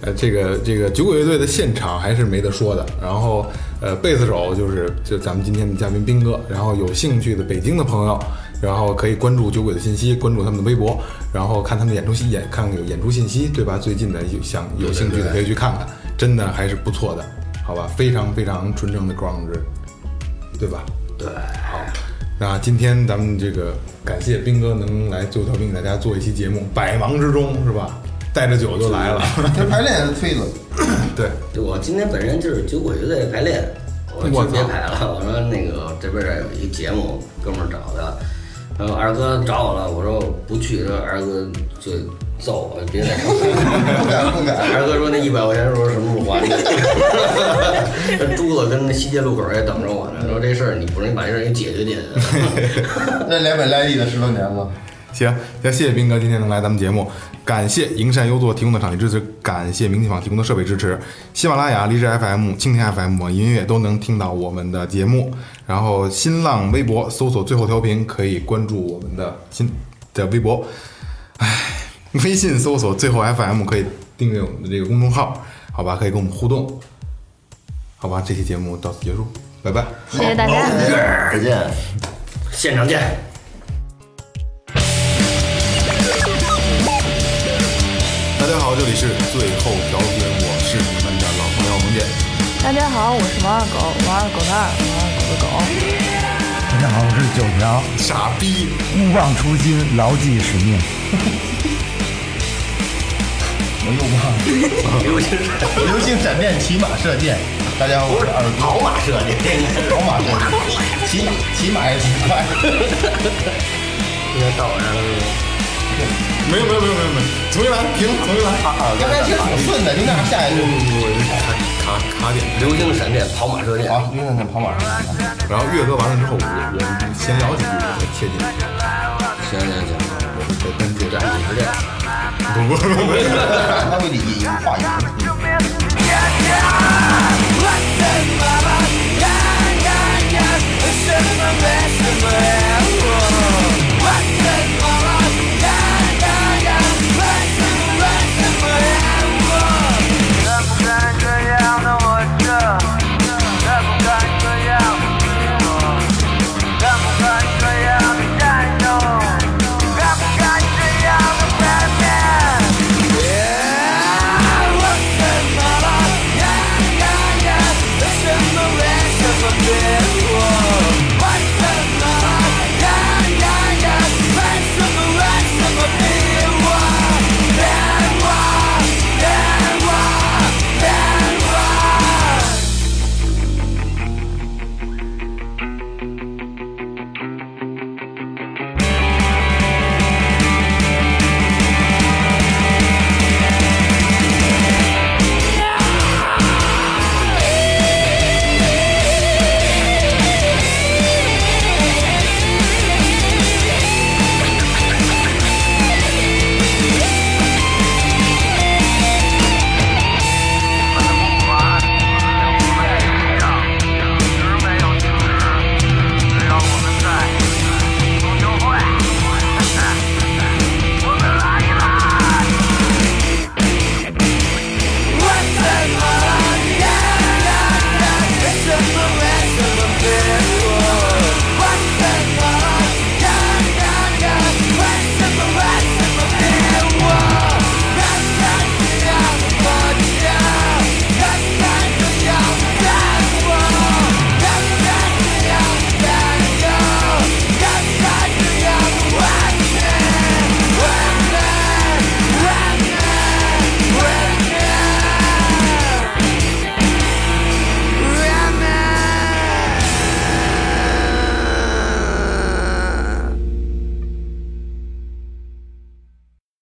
Speaker 4: 呃，这个这个酒鬼乐队的现场还是没得说的。然后，呃，贝斯手就是就咱们今天的嘉宾斌哥。然后有兴趣的北京的朋友，然后可以关注酒鬼的信息，关注他们的微博，然后看他们演出信演看看有演出信息，对吧？最近的有想有兴趣的可以去看看，真的还是不错的，好吧？非常非常纯正的 grunge，对吧？
Speaker 7: 对，
Speaker 4: 那今天咱们这个感谢斌哥能来最后调频给大家做一期节目，百忙之中是吧？带着酒就来了，
Speaker 3: 其实排练是推子，
Speaker 4: 对，
Speaker 7: 我今天本身就是酒鬼乐队排练，我
Speaker 4: 我
Speaker 7: 就
Speaker 4: 操
Speaker 7: 别排了。我说那个这边儿有一节目，哥们儿找的，然后二哥找我了，我说不去，说二哥就揍我，别再找我。
Speaker 3: 不敢不敢。
Speaker 7: 二哥说那一百块钱说什么时候 还你？这珠子跟那西街路口也等着我呢，说这事儿你不是你把这事儿给解决解决。
Speaker 3: 那两百来亿的十多年了，
Speaker 4: 行，那谢谢斌哥今天能来咱们节目，感谢营善优作提供的场地支持，感谢明琴坊提供的设备支持，喜马拉雅、荔枝 FM、蜻蜓 FM、网易音乐都能听到我们的节目。然后新浪微博搜索最后调频，可以关注我们的新的微博。唉，微信搜索最后 FM 可以订阅我们的这个公众号，好吧，可以跟我们互动。好吧，这期节目到此结束，拜拜。
Speaker 5: 谢谢大家。
Speaker 8: 再见。
Speaker 7: 现场见。
Speaker 4: 大家好，这里是最后调频，我是你们的老朋友萌姐。
Speaker 5: 大家好，我是王二狗，王二狗的二，王二狗的狗。
Speaker 6: 大家好，我是九条，
Speaker 4: 傻逼。
Speaker 6: 勿忘初心，牢记使命。
Speaker 3: 流星闪电骑马射箭。大家好，我是二哥。跑马射箭，跑马射箭，骑骑马 也挺快。
Speaker 4: 没有没有没有没有没有， 重新来，停，重新来，卡
Speaker 3: 刚才其实挺顺的，就那样下一 句。
Speaker 4: 卡卡点。
Speaker 7: 流星闪电，跑马射箭。
Speaker 3: 好，流星闪电跑马射箭。
Speaker 4: 然后乐歌完了之后，我我们闲聊几句，我再切进去，
Speaker 7: 行行行，
Speaker 4: 我们再单接
Speaker 7: 就这样，就这样。
Speaker 4: 不不不不。
Speaker 3: 他会引引话引。
Speaker 9: Yeah, yeah, yeah, I said my best to my